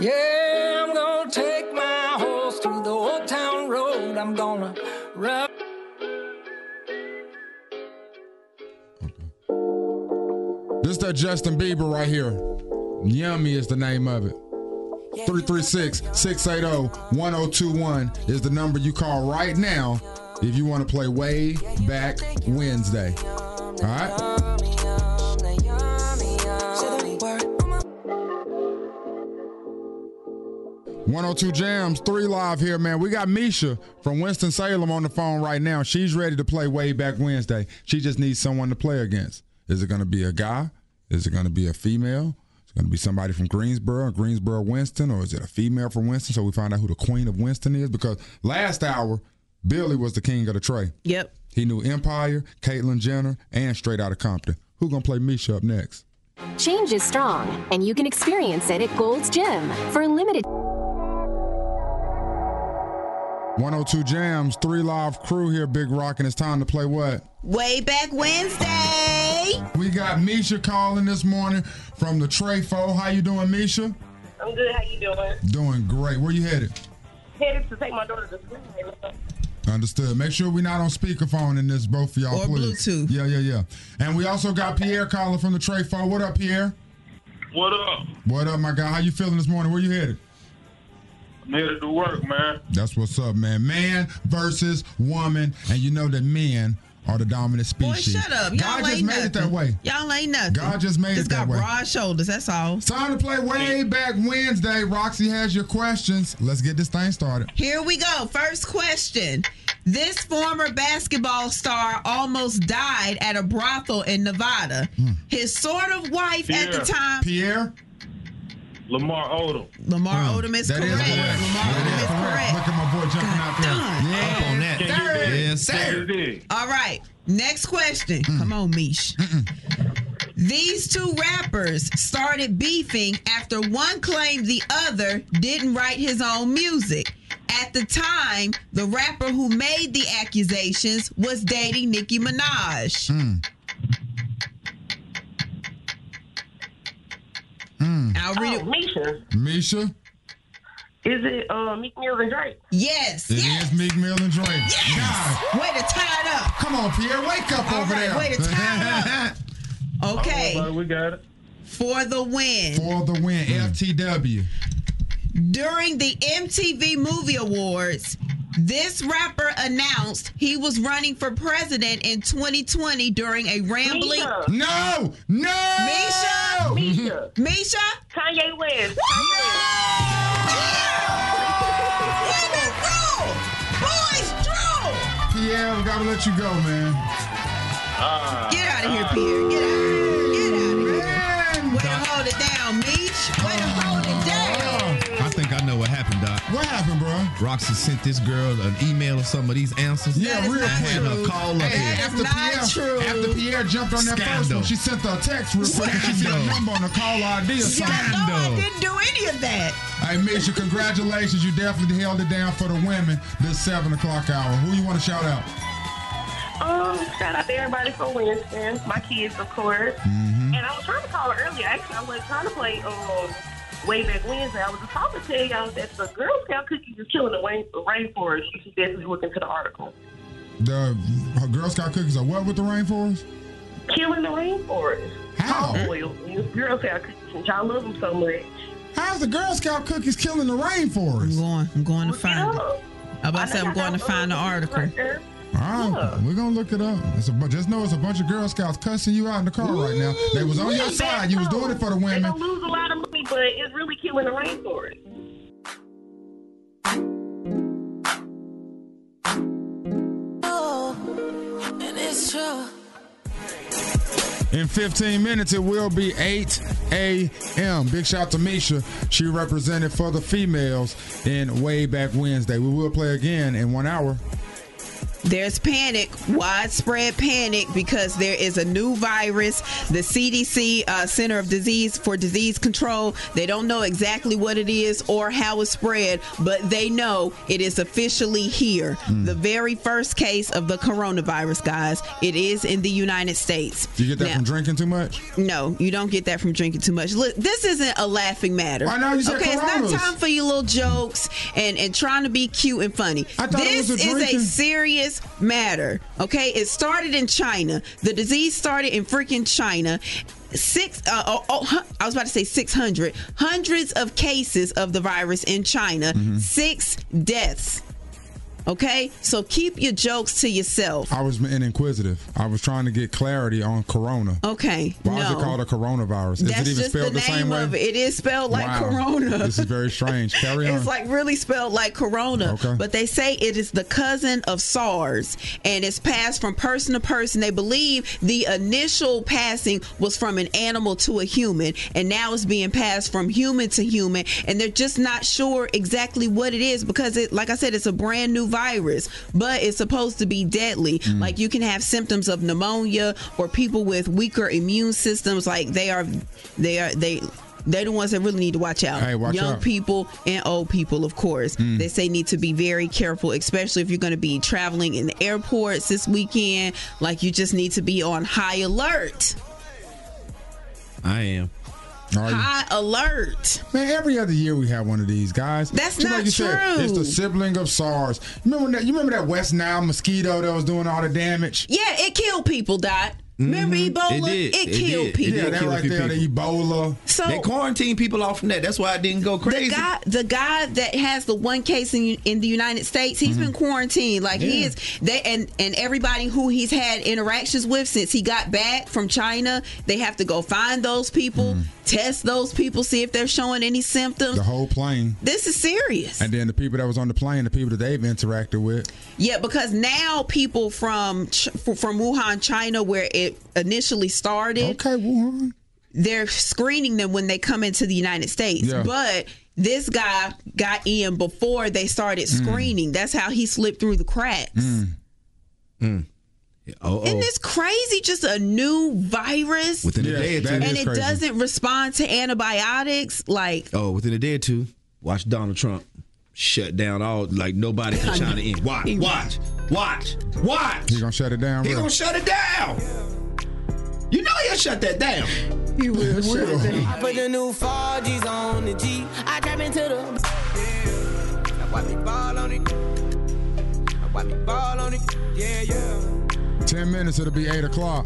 [SPEAKER 13] Yeah, I'm gonna take my horse through the old town road. I'm gonna rub.
[SPEAKER 4] This that Justin Bieber right here. Yummy is the name of it. 336 680 1021 is the number you call right now if you want to play Way Back Wednesday. All right?
[SPEAKER 10] Say the word.
[SPEAKER 4] 102 Jams, 3 Live here, man. We got Misha from Winston-Salem on the phone right now. She's ready to play Way Back Wednesday. She just needs someone to play against. Is it going to be a guy? Is it going to be a female? Is it going to be somebody from Greensboro, Greensboro Winston, or is it a female from Winston? So we find out who the queen of Winston is because last hour, Billy was the king of the tray.
[SPEAKER 5] Yep.
[SPEAKER 4] He knew Empire, Caitlyn Jenner, and Straight Outta Compton. Who going to play Misha up next?
[SPEAKER 18] Change is strong, and you can experience it at Gold's Gym for a limited.
[SPEAKER 4] 102 Jams, 3 Live crew here, Big Rock, and it's time to play what?
[SPEAKER 5] Way back Wednesday.
[SPEAKER 4] We got Misha calling this morning from the Trey Fo. How you doing, Misha?
[SPEAKER 19] I'm good. How you doing?
[SPEAKER 4] Doing great. Where you headed?
[SPEAKER 19] Headed to take my daughter to school.
[SPEAKER 4] Understood. Make sure we're not on speakerphone in this, both of y'all,
[SPEAKER 5] Or
[SPEAKER 4] please.
[SPEAKER 5] Bluetooth.
[SPEAKER 4] Yeah, yeah, yeah. And we also got Pierre calling from the Trey Fo. What up, Pierre?
[SPEAKER 12] What up?
[SPEAKER 4] What up, my guy? How you feeling this morning? Where you headed?
[SPEAKER 12] I'm headed to work, man.
[SPEAKER 4] That's what's up, man. Man versus woman, and you know that men are the dominant
[SPEAKER 5] Boy,
[SPEAKER 4] species.
[SPEAKER 5] shut up. Y'all
[SPEAKER 4] God
[SPEAKER 5] ain't
[SPEAKER 4] just made
[SPEAKER 5] nothing.
[SPEAKER 4] it that way.
[SPEAKER 5] Y'all ain't nothing.
[SPEAKER 4] God just made
[SPEAKER 5] Just
[SPEAKER 4] it
[SPEAKER 5] got
[SPEAKER 4] that way.
[SPEAKER 5] broad shoulders. That's all.
[SPEAKER 4] Time to play way back Wednesday. Roxy has your questions. Let's get this thing started.
[SPEAKER 5] Here we go. First question. This former basketball star almost died at a brothel in Nevada.
[SPEAKER 4] Hmm.
[SPEAKER 5] His sort of wife at the
[SPEAKER 12] Pierre.
[SPEAKER 5] time,
[SPEAKER 4] Pierre.
[SPEAKER 12] Lamar Odom.
[SPEAKER 5] Lamar Odom, is
[SPEAKER 4] Mm. Hmm. That
[SPEAKER 5] correct.
[SPEAKER 4] is
[SPEAKER 5] Lamar Odom is
[SPEAKER 4] correct.
[SPEAKER 5] correct.
[SPEAKER 4] Look at my boy jumping out there. Yeah.
[SPEAKER 14] Up on that.
[SPEAKER 12] Can you dig?
[SPEAKER 14] Yes,
[SPEAKER 12] Can
[SPEAKER 14] sir.
[SPEAKER 12] you dig?
[SPEAKER 5] All right. Next question. Come on, Mish. These two rappers started beefing after one claimed the other didn't write his own music. At the time, the rapper who made the accusations was dating Nicki Minaj.
[SPEAKER 4] Hmm. Hmm.
[SPEAKER 5] I'll read
[SPEAKER 19] Oh,
[SPEAKER 5] it.
[SPEAKER 19] Misha,
[SPEAKER 4] Misha.
[SPEAKER 19] is it uh, Meek Mill and Drake?
[SPEAKER 5] Yes.
[SPEAKER 4] It is
[SPEAKER 5] yes.
[SPEAKER 4] Meek Mill and Drake. God.
[SPEAKER 5] Way to tie it up.
[SPEAKER 4] Come on, Pierre. Wake up
[SPEAKER 5] All
[SPEAKER 4] over
[SPEAKER 5] right,
[SPEAKER 4] there.
[SPEAKER 5] way to tie Okay.
[SPEAKER 14] Oh,
[SPEAKER 12] All right, we got it.
[SPEAKER 5] For the win.
[SPEAKER 4] [laughs] For the win,
[SPEAKER 20] Mm.
[SPEAKER 4] FTW.
[SPEAKER 5] During the MTV Movie Awards, this rapper announced he was running for president in 2020 during a rambling.
[SPEAKER 19] Misha,
[SPEAKER 4] No! No!
[SPEAKER 5] Misha!
[SPEAKER 19] Misha,
[SPEAKER 5] Misha?
[SPEAKER 19] Kanye West.
[SPEAKER 5] Women rule! Boys rule!
[SPEAKER 4] [laughs] Pierre, we gotta let you go, man.
[SPEAKER 12] Ah,
[SPEAKER 5] Get out of here, Pierre. Get out. Get out of here. Way to hold it down, Meech. Way to hold it
[SPEAKER 6] Oh,
[SPEAKER 5] down.
[SPEAKER 20] I think I know what happened, Doc.
[SPEAKER 4] What happened, bro?
[SPEAKER 20] Roxy sent this girl an email of some of these answers.
[SPEAKER 4] Yeah,
[SPEAKER 5] That is
[SPEAKER 4] real
[SPEAKER 5] not
[SPEAKER 4] quick.
[SPEAKER 20] true. Had a call up
[SPEAKER 4] Hey,
[SPEAKER 20] here.
[SPEAKER 4] after
[SPEAKER 5] That
[SPEAKER 4] Pierre,
[SPEAKER 5] is not true.
[SPEAKER 4] after Pierre jumped on that first
[SPEAKER 20] Scandal.
[SPEAKER 4] one, she sent her a text real quick. and She sent a
[SPEAKER 20] Scandal.
[SPEAKER 4] number on the call ID or
[SPEAKER 5] Y'all know
[SPEAKER 4] something.
[SPEAKER 5] I
[SPEAKER 20] Scandal.
[SPEAKER 5] didn't do any of that.
[SPEAKER 4] Hey, Misha, congratulations. You definitely held it down for the women this 7 o'clock hour. Who you want to shout out?
[SPEAKER 19] Um, shout out to everybody for Winston, my kids, of course. And I was trying to call earlier. Actually, I wasn't trying to play um, way back Wednesday. I was just trying to tell y'all that the Girl Scout cookies is killing the rain- rainforest. You should definitely look into the article.
[SPEAKER 4] The her Girl Scout cookies are what with the rainforest?
[SPEAKER 19] Killing the rainforest.
[SPEAKER 4] How?
[SPEAKER 19] Palm oil. These Girl Scout cookies. since Y'all love them so much.
[SPEAKER 4] How's the Girl Scout cookies killing the
[SPEAKER 5] I'm
[SPEAKER 4] rainforest? All
[SPEAKER 5] going. I'm going to
[SPEAKER 19] Look it
[SPEAKER 5] find it.
[SPEAKER 19] up.
[SPEAKER 5] I about to say I'm
[SPEAKER 19] think I
[SPEAKER 5] going to
[SPEAKER 19] got
[SPEAKER 5] find the
[SPEAKER 19] those
[SPEAKER 5] article.
[SPEAKER 19] right there.
[SPEAKER 4] right,
[SPEAKER 19] Yeah.
[SPEAKER 4] we're gonna look it up. It's a bu- just know it's a bunch of Girl Scouts cussing you out in the car right now. They was on your side. You was doing it for the
[SPEAKER 19] They're
[SPEAKER 4] women.
[SPEAKER 19] gonna lose a lot of money, but it's really killing the rainforest.
[SPEAKER 10] Oh, and it's true.
[SPEAKER 4] In 15 minutes, it will be 8 a.m. Big shout to Misha. She represented for the females in Way Back Wednesday. We will play again in one hour.
[SPEAKER 5] There's panic, widespread panic, because there is a new virus. The CDC, uh, Center of Disease for Disease Control, they don't know exactly what it is or how it's spread, but they know it is officially here.
[SPEAKER 4] Hmm.
[SPEAKER 5] The very first case of the coronavirus, guys. It is in the United States.
[SPEAKER 4] You get that
[SPEAKER 5] Now-
[SPEAKER 4] from drinking too much?
[SPEAKER 5] No, you don't get that from drinking too much. Look, this isn't a laughing matter.
[SPEAKER 4] Why not? You said
[SPEAKER 5] okay, it's
[SPEAKER 4] Coronas.
[SPEAKER 5] not time for your little jokes and and trying to be cute and funny.
[SPEAKER 4] I thought it
[SPEAKER 5] This
[SPEAKER 4] was a
[SPEAKER 5] is a
[SPEAKER 4] drinking-
[SPEAKER 5] serious matter. Okay, it started in China. The disease started in freaking China. six. Uh, oh, oh, huh, I was about to say six hundred. Hundreds of cases of the virus in China.
[SPEAKER 4] Mm-hmm.
[SPEAKER 5] Six deaths. Okay, so keep your jokes to yourself.
[SPEAKER 4] I was being inquisitive. I was trying to get clarity on corona.
[SPEAKER 5] Okay,
[SPEAKER 4] Why
[SPEAKER 5] Oh, no.
[SPEAKER 4] is it called a coronavirus? Is
[SPEAKER 5] That's
[SPEAKER 4] it even
[SPEAKER 5] just
[SPEAKER 4] spelled
[SPEAKER 5] the
[SPEAKER 4] the, same
[SPEAKER 5] name
[SPEAKER 4] way?
[SPEAKER 5] of it. It is spelled like
[SPEAKER 4] Wow.
[SPEAKER 5] corona.
[SPEAKER 4] This is
[SPEAKER 5] [laughs]
[SPEAKER 4] very strange. Carry on.
[SPEAKER 5] It's like really spelled like corona,
[SPEAKER 4] Okay.
[SPEAKER 5] but they say it is the cousin of SARS and it's passed from person to person. They believe the initial passing was from an animal to a human, and now it's being passed from human to human, and they're just not sure exactly what it is because it like I said it's a brand new virus, but it's supposed to be deadly.
[SPEAKER 4] Mm.
[SPEAKER 5] Like you can have symptoms of pneumonia or people with weaker immune systems like they are they are they they're the ones that really need to watch out.
[SPEAKER 4] Hey, watch
[SPEAKER 5] Young
[SPEAKER 4] out.
[SPEAKER 5] people and old people, of course.
[SPEAKER 6] Hmm.
[SPEAKER 5] They say need to be very careful, especially if you're going to be traveling in airports this weekend. Like you just need to be on high alert.
[SPEAKER 4] I am.
[SPEAKER 6] Mm.
[SPEAKER 5] High alert.
[SPEAKER 4] Man, every other year we have one of these guys.
[SPEAKER 5] That's
[SPEAKER 4] Just
[SPEAKER 5] not
[SPEAKER 4] like you Said,
[SPEAKER 5] true.
[SPEAKER 4] it's the sibling of SARS. You remember that? You remember that West Nile mosquito that was doing all the damage?
[SPEAKER 5] Yeah, it killed people, Dot. Remember Ebola?
[SPEAKER 6] did. Mm-hmm. It did.
[SPEAKER 5] killed
[SPEAKER 6] It
[SPEAKER 5] people.
[SPEAKER 6] did
[SPEAKER 4] Yeah, that
[SPEAKER 6] kill a
[SPEAKER 4] right
[SPEAKER 6] few
[SPEAKER 4] there, the Ebola.
[SPEAKER 5] So-
[SPEAKER 6] they quarantine people off from that. That's why I didn't go
[SPEAKER 5] The
[SPEAKER 6] crazy.
[SPEAKER 5] guy, the guy that has the one case in in the United States, he's
[SPEAKER 4] Mm-hmm.
[SPEAKER 5] been quarantined. Like he
[SPEAKER 6] Yeah.
[SPEAKER 5] is, they and and everybody who he's had interactions with since he got back from China, they have to go find those people, test those people, see if they're showing any symptoms.
[SPEAKER 4] Mm-hmm. The whole plane.
[SPEAKER 5] This is serious.
[SPEAKER 4] And then the people that was on the plane, the people that they've interacted with.
[SPEAKER 5] Yeah, because now people from Ch- from Wuhan, China, where it initially started,
[SPEAKER 4] okay, Wuhan,
[SPEAKER 5] they're screening them when they come into the United States.
[SPEAKER 4] Yeah.
[SPEAKER 5] But this guy got in before they started
[SPEAKER 4] Mm.
[SPEAKER 5] screening. That's how he slipped through the cracks.
[SPEAKER 6] oh,
[SPEAKER 5] Isn't this crazy? Just a new virus,
[SPEAKER 6] Within a day or two.
[SPEAKER 5] and it doesn't respond to antibiotics. Like
[SPEAKER 6] Oh, within a day or two, watch Donald Trump shut down all like nobody
[SPEAKER 5] I
[SPEAKER 6] from
[SPEAKER 5] know.
[SPEAKER 6] China in. Watch,
[SPEAKER 5] He-
[SPEAKER 6] watch, watch, watch.
[SPEAKER 4] He gonna shut it down.
[SPEAKER 6] He
[SPEAKER 4] bro.
[SPEAKER 6] gonna shut it down. You know he'll shut that down.
[SPEAKER 5] He will
[SPEAKER 4] shut it down.
[SPEAKER 13] I put the new 4Gs on the G. I trap into the. Yeah. I wipe me ball on it. I wipe me ball on it. Yeah, yeah.
[SPEAKER 4] Ten minutes, it'll be eight o'clock.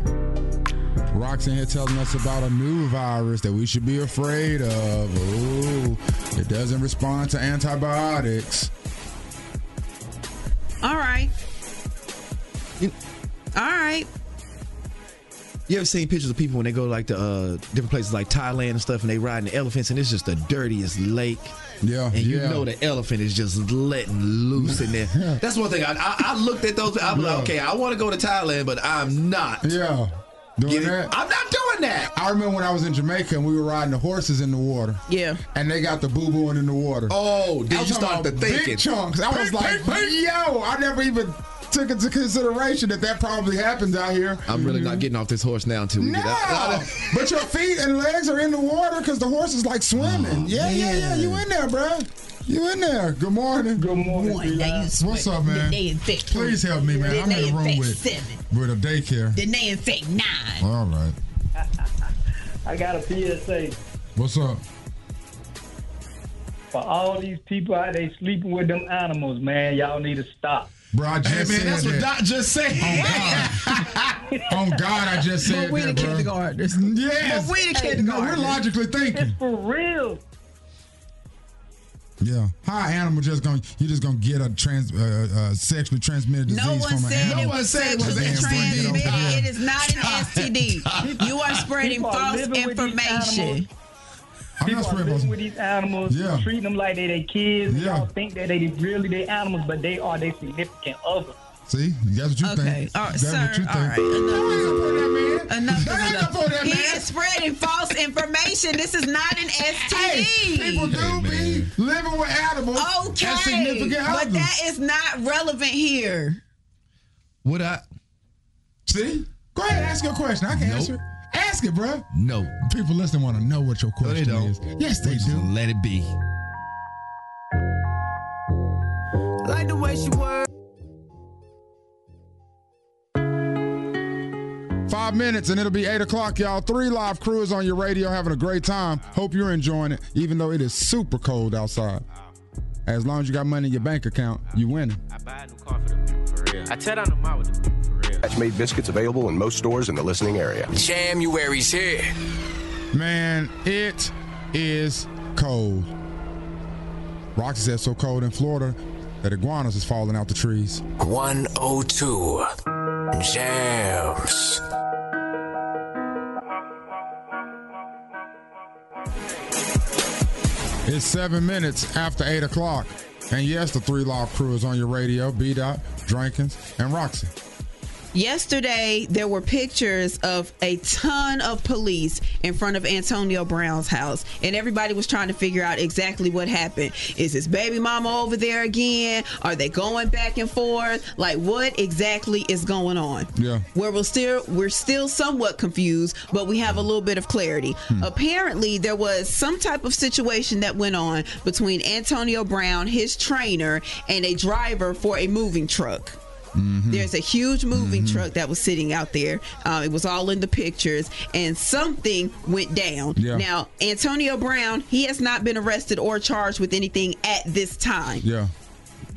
[SPEAKER 4] Roxanne here telling us about a new virus that we should be afraid of. Ooh, it doesn't respond to antibiotics.
[SPEAKER 5] all right, all right.
[SPEAKER 6] You ever seen pictures of people when they go like to uh, different places like Thailand and stuff, and they riding elephants, and it's just the dirtiest lake.
[SPEAKER 4] Yeah,
[SPEAKER 6] And you
[SPEAKER 4] Oh, yeah.
[SPEAKER 6] know the elephant is just letting loose in
[SPEAKER 4] [laughs]
[SPEAKER 6] there. That's one thing. I, I, I looked at those. I'm
[SPEAKER 4] Yeah.
[SPEAKER 6] like, okay, I want to go to Thailand, but I'm not.
[SPEAKER 4] Yeah, doing
[SPEAKER 6] Get it?
[SPEAKER 4] that.
[SPEAKER 6] I'm not doing that.
[SPEAKER 4] I remember when I was in Jamaica and we were riding the horses in the water.
[SPEAKER 5] Yeah.
[SPEAKER 4] And they got the boo booing in the water.
[SPEAKER 6] Oh,
[SPEAKER 4] I
[SPEAKER 6] then
[SPEAKER 4] was
[SPEAKER 6] you
[SPEAKER 4] talking
[SPEAKER 6] start to
[SPEAKER 4] about
[SPEAKER 6] thinking.
[SPEAKER 4] Big chunks. I was like, yo, I never even took into consideration that that probably happens out here.
[SPEAKER 6] I'm really not getting off this horse now until we get
[SPEAKER 4] Mm-hmm. No,
[SPEAKER 6] out. [laughs]
[SPEAKER 4] but your feet and legs are in the water because the horse is like swimming.
[SPEAKER 6] Oh,
[SPEAKER 4] yeah, yeah, yeah. You in there, bro? You in there? Good morning. Good morning. What's up, man? Please help me, man. I'm in the room with with a daycare.
[SPEAKER 5] Then they infect nine.
[SPEAKER 4] All right.
[SPEAKER 21] I got a PSA
[SPEAKER 4] What's up?
[SPEAKER 21] for all these people out there sleeping with them animals, man. Y'all need to stop.
[SPEAKER 4] Bro, I just
[SPEAKER 21] man,
[SPEAKER 4] said Oh,
[SPEAKER 21] that's what
[SPEAKER 4] that.
[SPEAKER 21] Doc
[SPEAKER 6] just [laughs] said. [laughs]
[SPEAKER 4] On God, I just said
[SPEAKER 5] But we the
[SPEAKER 4] that, bro.
[SPEAKER 5] kindergartners.
[SPEAKER 4] Yes.
[SPEAKER 5] But we the
[SPEAKER 4] No, we're
[SPEAKER 5] kindergartners.
[SPEAKER 4] logically thinking.
[SPEAKER 21] For real.
[SPEAKER 4] Yeah. How an animal just gonna you just gonna get a trans uh, uh, sexually transmitted disease
[SPEAKER 5] No one
[SPEAKER 4] from an
[SPEAKER 5] said
[SPEAKER 4] animal?
[SPEAKER 5] it was sexually
[SPEAKER 4] And bring it over
[SPEAKER 5] transmitted.
[SPEAKER 4] here.
[SPEAKER 5] It is not an STD. You are spreading
[SPEAKER 21] People are
[SPEAKER 5] false
[SPEAKER 21] living with these
[SPEAKER 5] information.
[SPEAKER 21] animals. People are living with these animals,
[SPEAKER 4] Yeah.
[SPEAKER 21] treating them like they they kids.
[SPEAKER 4] Yeah.
[SPEAKER 21] Y'all think that they really they animals, but they are their significant other.
[SPEAKER 4] See, that's what you
[SPEAKER 5] Okay,
[SPEAKER 4] think.
[SPEAKER 5] all right,
[SPEAKER 4] that's
[SPEAKER 5] sir.
[SPEAKER 4] what you
[SPEAKER 5] All right,
[SPEAKER 4] think.
[SPEAKER 5] enough. Enough
[SPEAKER 4] Hang
[SPEAKER 5] is
[SPEAKER 4] up on
[SPEAKER 5] enough.
[SPEAKER 4] that
[SPEAKER 5] He
[SPEAKER 4] man.
[SPEAKER 5] is spreading false information. This is not an
[SPEAKER 4] People
[SPEAKER 5] STD.
[SPEAKER 4] do be living with animals.
[SPEAKER 5] Okay,
[SPEAKER 4] That's significant
[SPEAKER 5] but
[SPEAKER 4] others.
[SPEAKER 5] that is not relevant here.
[SPEAKER 6] Would I?
[SPEAKER 4] See? Go ahead, ask your question. I can
[SPEAKER 6] Nope.
[SPEAKER 4] answer. it. Ask it, bruh.
[SPEAKER 6] No.
[SPEAKER 4] People listening want to know what your
[SPEAKER 6] No, they
[SPEAKER 4] question
[SPEAKER 6] don't.
[SPEAKER 4] is. Yes, they
[SPEAKER 6] Just
[SPEAKER 4] do.
[SPEAKER 6] Let it be.
[SPEAKER 13] Like the way she work.
[SPEAKER 4] Five minutes and it'll be eight o'clock, y'all. Three live crew is on your radio having a great time. Hope you're enjoying it, even though it is super cold outside. As long as you got money in your bank account, you winning.
[SPEAKER 22] I tear down the mile with the for real.
[SPEAKER 2] Batch-made biscuits available in most stores in the listening area.
[SPEAKER 15] January's here.
[SPEAKER 4] Man, it is cold. Roxy said so cold in Florida that iguanas is falling out the trees.
[SPEAKER 15] 102 Jams.
[SPEAKER 4] It's seven minutes after eight o'clock. And yes, the Three Law Crew is on your radio. B Dot, Drankins, and Roxy.
[SPEAKER 5] Yesterday, there were pictures of a ton of police in front of Antonio Brown's house, and everybody was trying to figure out exactly what happened. Is his baby mama over there again? Are they going back and forth? Like, what exactly is going on?
[SPEAKER 4] Yeah.
[SPEAKER 5] Where we're still we're still somewhat confused, but we have a little bit of clarity. Apparently, there was some type of situation that went on between Antonio Brown, his trainer, and a driver for a moving truck. There's a huge moving truck that was sitting out there. Um, it was all in the pictures, and something went down.
[SPEAKER 4] Yeah.
[SPEAKER 5] Now, Antonio Brown, he has not been arrested or charged with anything at this time.
[SPEAKER 4] Yeah.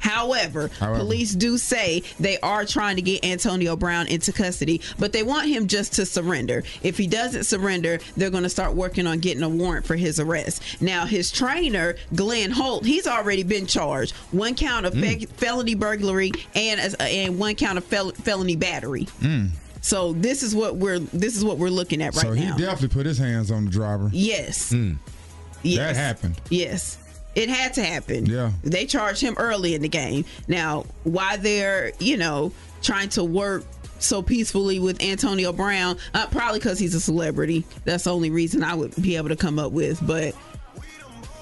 [SPEAKER 5] However,
[SPEAKER 4] However.
[SPEAKER 5] police do say they are trying to get Antonio Brown into custody, but they want him just to surrender. If he doesn't surrender, they're going to start working on getting a warrant for his arrest. Now, his trainer, Glenn Holt, he's already been charged one count of
[SPEAKER 4] Mm.
[SPEAKER 5] fe- felony burglary and as- and one count of fel- felony battery.
[SPEAKER 4] Mm.
[SPEAKER 5] So this is what we're this is what we're looking at right
[SPEAKER 4] so he
[SPEAKER 5] now.
[SPEAKER 4] definitely put his hands on the driver.
[SPEAKER 5] Yes.
[SPEAKER 4] Mm.
[SPEAKER 5] Yes.
[SPEAKER 4] That happened.
[SPEAKER 5] Yes. It had to happen.
[SPEAKER 4] Yeah.
[SPEAKER 5] They charged him early in the game. Now, why they're, you know, trying to work so peacefully with Antonio Brown, uh, probably because he's a celebrity. That's the only reason I would be able to come up with. But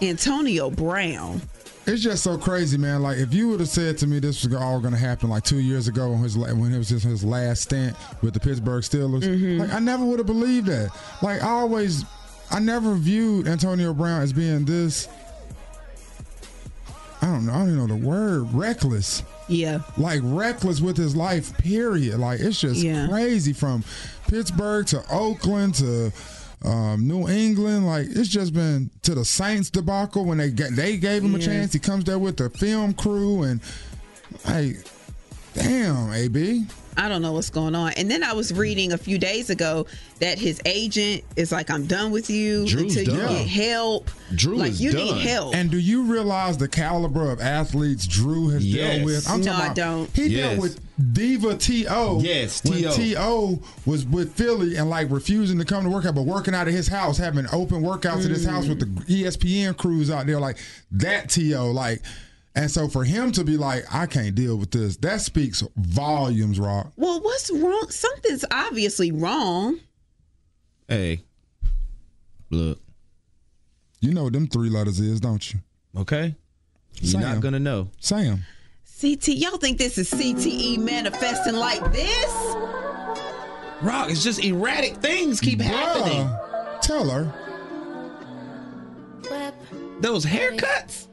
[SPEAKER 5] Antonio Brown.
[SPEAKER 4] It's just so crazy, man. Like if you would have said to me this was all going to happen like two years ago when his la- when it was just his last stint with the Pittsburgh Steelers, like I never would have believed that. Like I always, I never viewed Antonio Brown as being this. I don't know. I don't even know the word reckless.
[SPEAKER 5] Yeah.
[SPEAKER 4] Like reckless with his life. Period. Like it's just crazy from Pittsburgh to Oakland to. Um, New England, like it's just been to the Saints debacle when they got, they gave him a
[SPEAKER 5] Yeah.
[SPEAKER 4] chance. He comes there with the film crew and hey, damn, AB.
[SPEAKER 5] I don't know what's going on. And then I was reading a few days ago that his agent is like, I'm done with you
[SPEAKER 4] Drew's
[SPEAKER 5] until you
[SPEAKER 4] done.
[SPEAKER 5] get help. like, you need help.
[SPEAKER 4] And do you realize the caliber of athletes Drew has
[SPEAKER 5] Yes.
[SPEAKER 4] dealt with?
[SPEAKER 5] No,
[SPEAKER 4] talking
[SPEAKER 5] I don't.
[SPEAKER 4] He
[SPEAKER 5] Yes.
[SPEAKER 4] dealt with Diva T.O.
[SPEAKER 5] Yes,
[SPEAKER 4] when
[SPEAKER 5] T.O..
[SPEAKER 4] T.O. was with Philly and like refusing to come to workout, but working out of his house, having open workouts at his house with the
[SPEAKER 5] Mm.
[SPEAKER 4] E ESPN crews out there, like that T.O. Like, and so for him to be like, I can't deal with this, that speaks volumes, Rock.
[SPEAKER 5] Well, what's wrong? Something's obviously wrong.
[SPEAKER 4] Hey, look. You know what them three letters is, don't you? Okay.
[SPEAKER 6] You're not gonna know.
[SPEAKER 4] Sam.
[SPEAKER 5] CT, y'all think this is CTE manifesting like this?
[SPEAKER 6] Rock, it's just erratic things keep happening.
[SPEAKER 4] Tell her.
[SPEAKER 6] Those haircuts.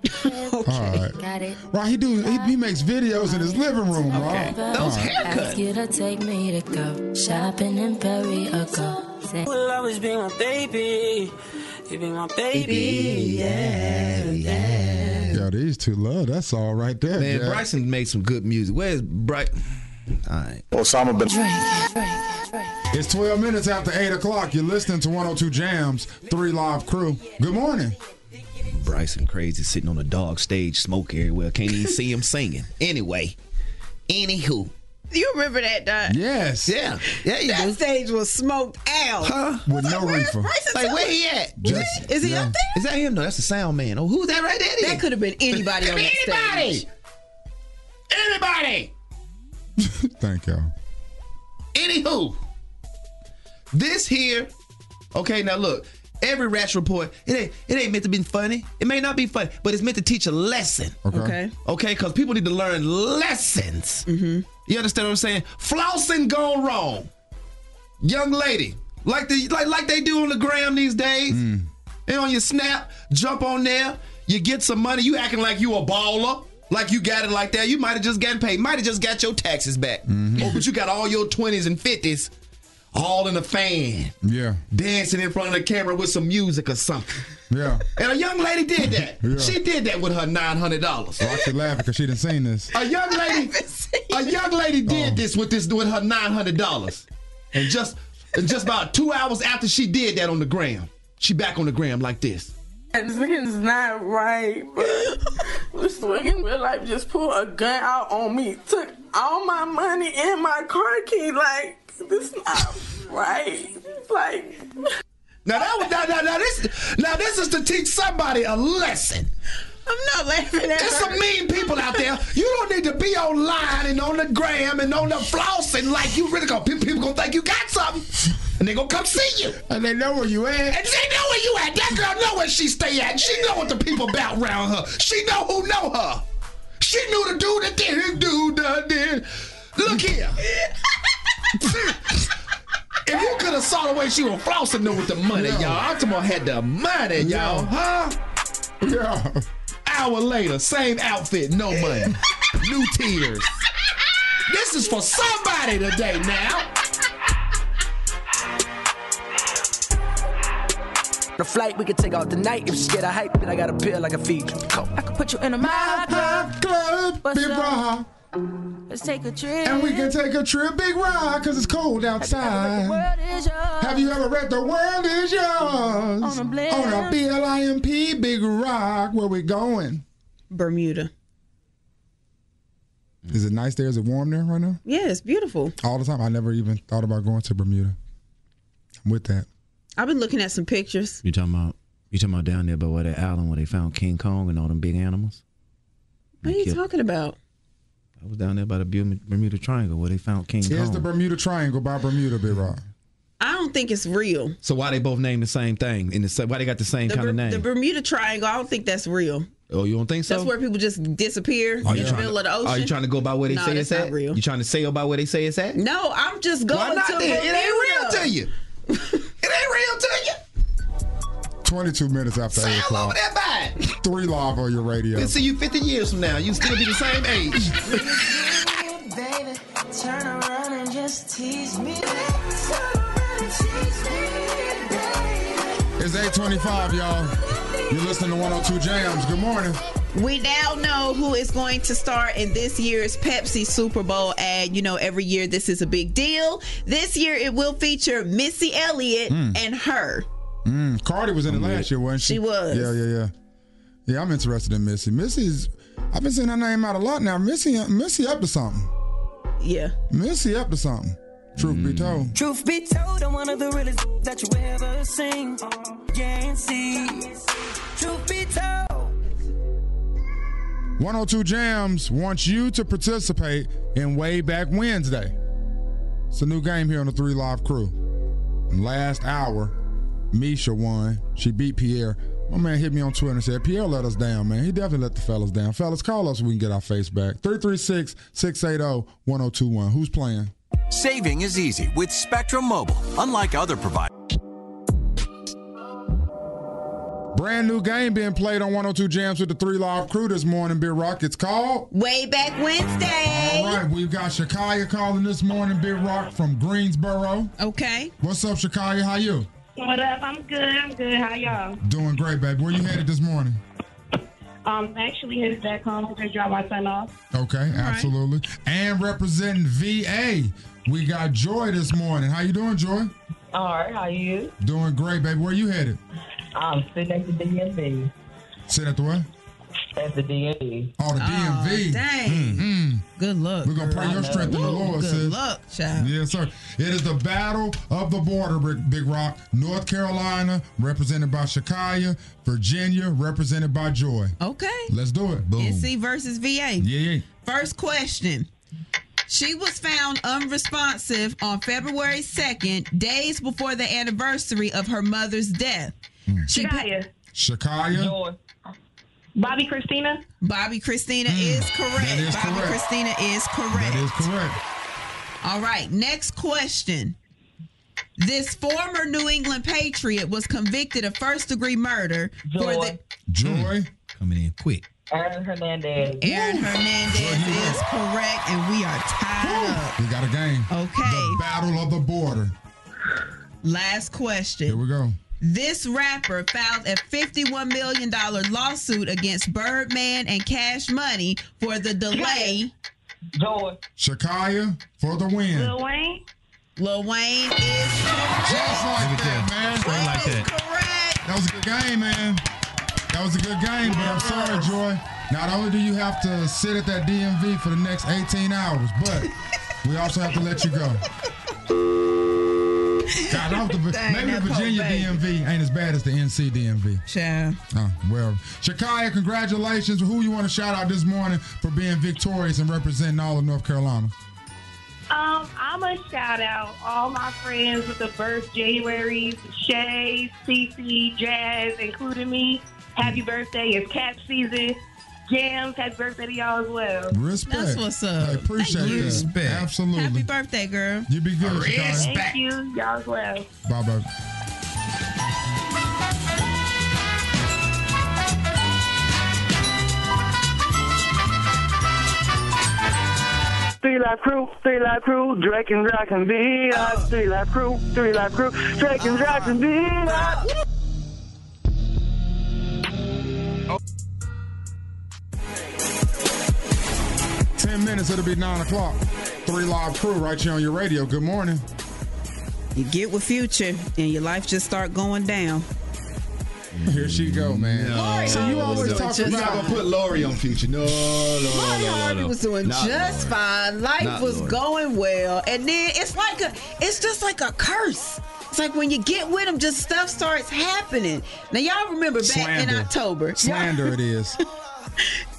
[SPEAKER 4] All right.
[SPEAKER 11] Got it.
[SPEAKER 4] Right, he do he, he makes videos in his living room, okay.
[SPEAKER 11] Those Ask you to take me to go shopping in Perry or go.
[SPEAKER 10] You will always be my baby. You be my baby. Yeah.
[SPEAKER 4] Yo, these two love. That's all right there.
[SPEAKER 6] Man,
[SPEAKER 4] Jack.
[SPEAKER 6] Bryson made some good music. Where's Bryce? All right.
[SPEAKER 4] Osama bin
[SPEAKER 11] Drink.
[SPEAKER 4] It's 12 minutes after 8 o'clock. You're listening to 102 Jams, 3 Live Crew. Good morning.
[SPEAKER 6] Bryson crazy sitting on a dog stage, smoke everywhere. Can't even see him singing. Anyway, anywho.
[SPEAKER 5] You remember that, Doc?
[SPEAKER 4] Yes.
[SPEAKER 6] Yeah. Yeah. You
[SPEAKER 5] that
[SPEAKER 6] do.
[SPEAKER 5] stage was smoked out.
[SPEAKER 6] Huh?
[SPEAKER 4] With no reefer.
[SPEAKER 6] Like where he at?
[SPEAKER 5] Just- Is he up there?
[SPEAKER 6] Is that him? No, that's the sound man. Oh, who's that right there?
[SPEAKER 5] That could have been anybody on that
[SPEAKER 6] Anybody.
[SPEAKER 5] stage.
[SPEAKER 6] Anybody.
[SPEAKER 4] Thank y'all.
[SPEAKER 6] Anywho, this here. Okay, now look. Every rash report, it ain't it ain't meant to be funny. It may not be funny, but it's meant to teach a lesson.
[SPEAKER 4] Okay. Okay.
[SPEAKER 6] Okay, because people need to learn lessons. Mm-hmm. You understand what I'm saying? Flossing gone wrong. Young lady, like the like like they do on the gram these days.
[SPEAKER 4] Mm.
[SPEAKER 6] And on your snap, jump on there. You get some money. You acting like you a baller. Like you got it like that.
[SPEAKER 4] Mm-hmm.
[SPEAKER 6] You might have just gotten paid. Might have just got your taxes back. Oh, but you got all your 20s and 50s. all in a fan.
[SPEAKER 4] Yeah.
[SPEAKER 6] Dancing in front of the camera with some music or something.
[SPEAKER 4] Yeah.
[SPEAKER 6] And a young lady did that.
[SPEAKER 4] Yeah.
[SPEAKER 6] She did that with her nine hundred dollars.
[SPEAKER 4] Watch it laugh because she didn't seen this.
[SPEAKER 6] A young lady, a young lady did this with this with her nine hundred dollars, and just and just about two hours after she did that on the gram, she back on the gram like this.
[SPEAKER 3] It's not right, [laughs] but this fucking real life just pulled a gun out on me, took all my money and my car key. Like, this not right. Like,
[SPEAKER 6] Now that was now, now, now this now this is to teach somebody a lesson.
[SPEAKER 5] I'm not laughing at
[SPEAKER 6] There's some mean people out there. You don't need to be online and on the gram and on the flossing like you really gonna people gonna think you got something. And they gonna come see you.
[SPEAKER 4] And they know where you at.
[SPEAKER 6] And they know where you at. That girl know where she stay at. She know what the people about around her. She know who know her. She knew the dude that did his dude done did. Look here. If you could have saw the way she was flossing them with the money,
[SPEAKER 4] Yeah.
[SPEAKER 6] y'all. I'm talking about had the money,
[SPEAKER 4] Yeah.
[SPEAKER 6] y'all, huh?
[SPEAKER 4] Yeah.
[SPEAKER 6] Hour later, same outfit, no money. New tears. This is for somebody today now.
[SPEAKER 13] The flight we could take out tonight if she scared of hype, then I got a pill like a feed you. Go. I could put you in a
[SPEAKER 3] my
[SPEAKER 4] club, big rock.
[SPEAKER 3] Let's take a trip.
[SPEAKER 4] And we can take a trip, big ride, because it's cold outside. Have you ever read The World Is Yours? On a
[SPEAKER 3] blimp.
[SPEAKER 4] B-L-I-M-P, big rock. Where we going?
[SPEAKER 5] Bermuda.
[SPEAKER 4] Is it nice there? Is it warm there right now?
[SPEAKER 5] Yeah, it's beautiful.
[SPEAKER 4] All the time. I never even thought about going to Bermuda. I'm with that.
[SPEAKER 5] I've been looking at some pictures.
[SPEAKER 22] You talking about you talking about down there by where that island where they found King Kong and all them big animals?
[SPEAKER 5] What are you talking about?
[SPEAKER 22] I was down there by the Bermuda, Bermuda Triangle where they found King
[SPEAKER 4] Here's the
[SPEAKER 22] Kong.
[SPEAKER 4] Bermuda Triangle by Bermuda, big rock.
[SPEAKER 5] I don't think it's real.
[SPEAKER 22] so why they both named the same thing? And the, sa- why they got the same
[SPEAKER 5] The,
[SPEAKER 22] kind
[SPEAKER 5] Ber-
[SPEAKER 22] of name?
[SPEAKER 5] the Bermuda Triangle, I don't think that's real.
[SPEAKER 22] oh, you don't think so?
[SPEAKER 5] That's where people just disappear
[SPEAKER 22] Are
[SPEAKER 5] in
[SPEAKER 22] you
[SPEAKER 5] the
[SPEAKER 22] tryna-
[SPEAKER 5] middle of the ocean.
[SPEAKER 22] Are you trying to go by where they
[SPEAKER 5] No,
[SPEAKER 22] say
[SPEAKER 5] that's
[SPEAKER 22] it's
[SPEAKER 5] not
[SPEAKER 22] at?
[SPEAKER 5] real.
[SPEAKER 22] You trying to sail by where they say it's at?
[SPEAKER 5] No, I'm just going
[SPEAKER 6] Why not
[SPEAKER 5] to
[SPEAKER 6] then? It ain't real
[SPEAKER 5] Bermuda.
[SPEAKER 6] to
[SPEAKER 5] [laughs]
[SPEAKER 6] you. It ain't real to you.
[SPEAKER 4] 22 minutes after 8
[SPEAKER 6] Sail over
[SPEAKER 4] o'clock.
[SPEAKER 6] that bad.
[SPEAKER 4] Three live on your radio.
[SPEAKER 6] We'll see you 50 years from now. You still be the same age.
[SPEAKER 10] Baby, turn around and just tease me.
[SPEAKER 4] It's 825, y'all. You're listening to 102 Jams. Good morning.
[SPEAKER 5] We now know who is going to star in this year's Pepsi Super Bowl ad. You know, every year this is a big deal. This year it will feature Missy Elliott
[SPEAKER 4] Mm.
[SPEAKER 5] and her.
[SPEAKER 4] Mm, Cardi was in it last year, wasn't she?
[SPEAKER 5] She was.
[SPEAKER 4] Yeah, yeah, yeah. Yeah, I'm interested in Missy. Missy's, I've been seeing her name out a lot now. Missy, Missy up to something.
[SPEAKER 5] Yeah.
[SPEAKER 4] Missy up to something. Truth be told.
[SPEAKER 10] Truth be told, I'm one of the realest that you ever seen. Yeah, and see. Truth be told.
[SPEAKER 4] 102 Jams wants you to participate in Way Back Wednesday. It's a new game here on the Three Live Crew. And last hour, Misha won. She beat Pierre. My man hit me on Twitter and said, Pierre let us down, man. He definitely let the fellas down. Fellas, call us so we can get our face back. 336 680 1021. Who's playing?
[SPEAKER 15] Saving is easy with Spectrum Mobile. Unlike other providers,
[SPEAKER 4] Brand new game being played on 102 Jams with the Three Live Crew this morning. Big Rock, it's called.
[SPEAKER 5] Way back Wednesday.
[SPEAKER 4] All right, we've got Shakaya calling this morning. Big Rock from Greensboro.
[SPEAKER 5] Okay.
[SPEAKER 4] What's up, Shakaya? How you?
[SPEAKER 23] What up? I'm good. I'm good. How y'all?
[SPEAKER 4] Doing great, baby. Where you headed this morning?
[SPEAKER 23] Um, actually, headed back home. Just dropped my son off.
[SPEAKER 4] Okay, absolutely. And representing VA, we got Joy this morning. How you doing, Joy?
[SPEAKER 23] All right. How you?
[SPEAKER 4] Doing great, baby. Where you headed?
[SPEAKER 23] I'm sitting at the DMV.
[SPEAKER 4] Sit at the what?
[SPEAKER 23] At the DMV.
[SPEAKER 4] Oh, the DMV.
[SPEAKER 23] dang.
[SPEAKER 4] Mm-mm.
[SPEAKER 5] Good luck.
[SPEAKER 4] Hmm, We're gonna pray your strength in the Lord, sis. Yes, sir. It is the battle of the border, Big- Big Rock. North Carolina, represented by Shakaya. Virginia, represented by Joy.
[SPEAKER 5] Okay.
[SPEAKER 4] Let's do it. Boom.
[SPEAKER 5] NC versus VA.
[SPEAKER 4] Yeah, yeah.
[SPEAKER 5] First question. She was found unresponsive on February 2nd, days before the anniversary of her mother's death.
[SPEAKER 4] Hmm.
[SPEAKER 5] She Shakaya.
[SPEAKER 4] Shakaya.
[SPEAKER 5] Bobby Christina. Bobby Christina is correct.
[SPEAKER 4] Hmm. That is
[SPEAKER 5] Bobby
[SPEAKER 4] correct.
[SPEAKER 5] Christina is correct.
[SPEAKER 4] That is correct.
[SPEAKER 5] All right, next question. This former New England Patriot was convicted of first degree murder for the
[SPEAKER 4] Joy.
[SPEAKER 22] Coming in quick.
[SPEAKER 23] Aaron Hernandez.
[SPEAKER 5] Aaron Hernandez is correct, and we are tied up.
[SPEAKER 4] We got a game.
[SPEAKER 5] Okay.
[SPEAKER 4] The battle of the border.
[SPEAKER 5] Last question. Here
[SPEAKER 4] we go.
[SPEAKER 5] This rapper filed a $51 million lawsuit against Birdman and Cash Money for the delay.
[SPEAKER 4] Joy. Shakaya for the win.
[SPEAKER 5] Lil Wayne. Lil Wayne is
[SPEAKER 4] Just like that, man.
[SPEAKER 5] Straight like that.
[SPEAKER 4] That was a good game, man. That was a good game, but I'm sorry, Joy. Not only do you have to sit at that DMV for the next 18 hours,
[SPEAKER 5] [laughs]
[SPEAKER 4] but we also have to let you go. God, I hope the,
[SPEAKER 5] Dang,
[SPEAKER 4] maybe the
[SPEAKER 5] that poor
[SPEAKER 4] Virginia
[SPEAKER 5] baby.
[SPEAKER 4] DMV ain't as bad as the NC DMV.
[SPEAKER 5] Sure.
[SPEAKER 4] Oh, well. Shakaya, congratulations. Who you want to shout out this morning for being victorious and representing all of North Carolina?
[SPEAKER 19] Um, I'm going to shout out all my friends with the birth January's, Shay, Cece, Jazz, including me. Happy birthday. It's cat season. Jams, happy birthday to y'all as well.
[SPEAKER 4] Respect.
[SPEAKER 5] That's what's up.
[SPEAKER 4] I appreciate
[SPEAKER 5] Thank you.
[SPEAKER 4] that.
[SPEAKER 5] Respect.
[SPEAKER 4] Absolutely.
[SPEAKER 5] Happy birthday, girl.
[SPEAKER 4] You be good, Shakaya.
[SPEAKER 19] Thank you. Y'all as well.
[SPEAKER 4] Bye bye.
[SPEAKER 24] Three live crew, three live crew, Drake and Rock and V. Three live crew, three live crew, Drake and Rock and uh, V.
[SPEAKER 4] Ten minutes, it'll be nine o'clock. Three live crew right here on your radio. Good morning.
[SPEAKER 5] You get with future and your life just start going down.
[SPEAKER 4] Here she go, man.
[SPEAKER 5] So you always
[SPEAKER 25] no.
[SPEAKER 5] talk
[SPEAKER 25] You're not
[SPEAKER 5] about-
[SPEAKER 25] gonna put Lori on future. No, no, no, no, no,
[SPEAKER 5] Harvey
[SPEAKER 25] no.
[SPEAKER 5] was doing
[SPEAKER 25] Not
[SPEAKER 5] just
[SPEAKER 25] Lori.
[SPEAKER 5] fine. Life
[SPEAKER 25] Not
[SPEAKER 5] was
[SPEAKER 25] Lori.
[SPEAKER 5] going well, and then it's like a, it's just like a curse. It's like when you get with them, just stuff starts happening. Now y'all remember back in
[SPEAKER 4] Slander.
[SPEAKER 5] October. Y'all-
[SPEAKER 4] Slander it is.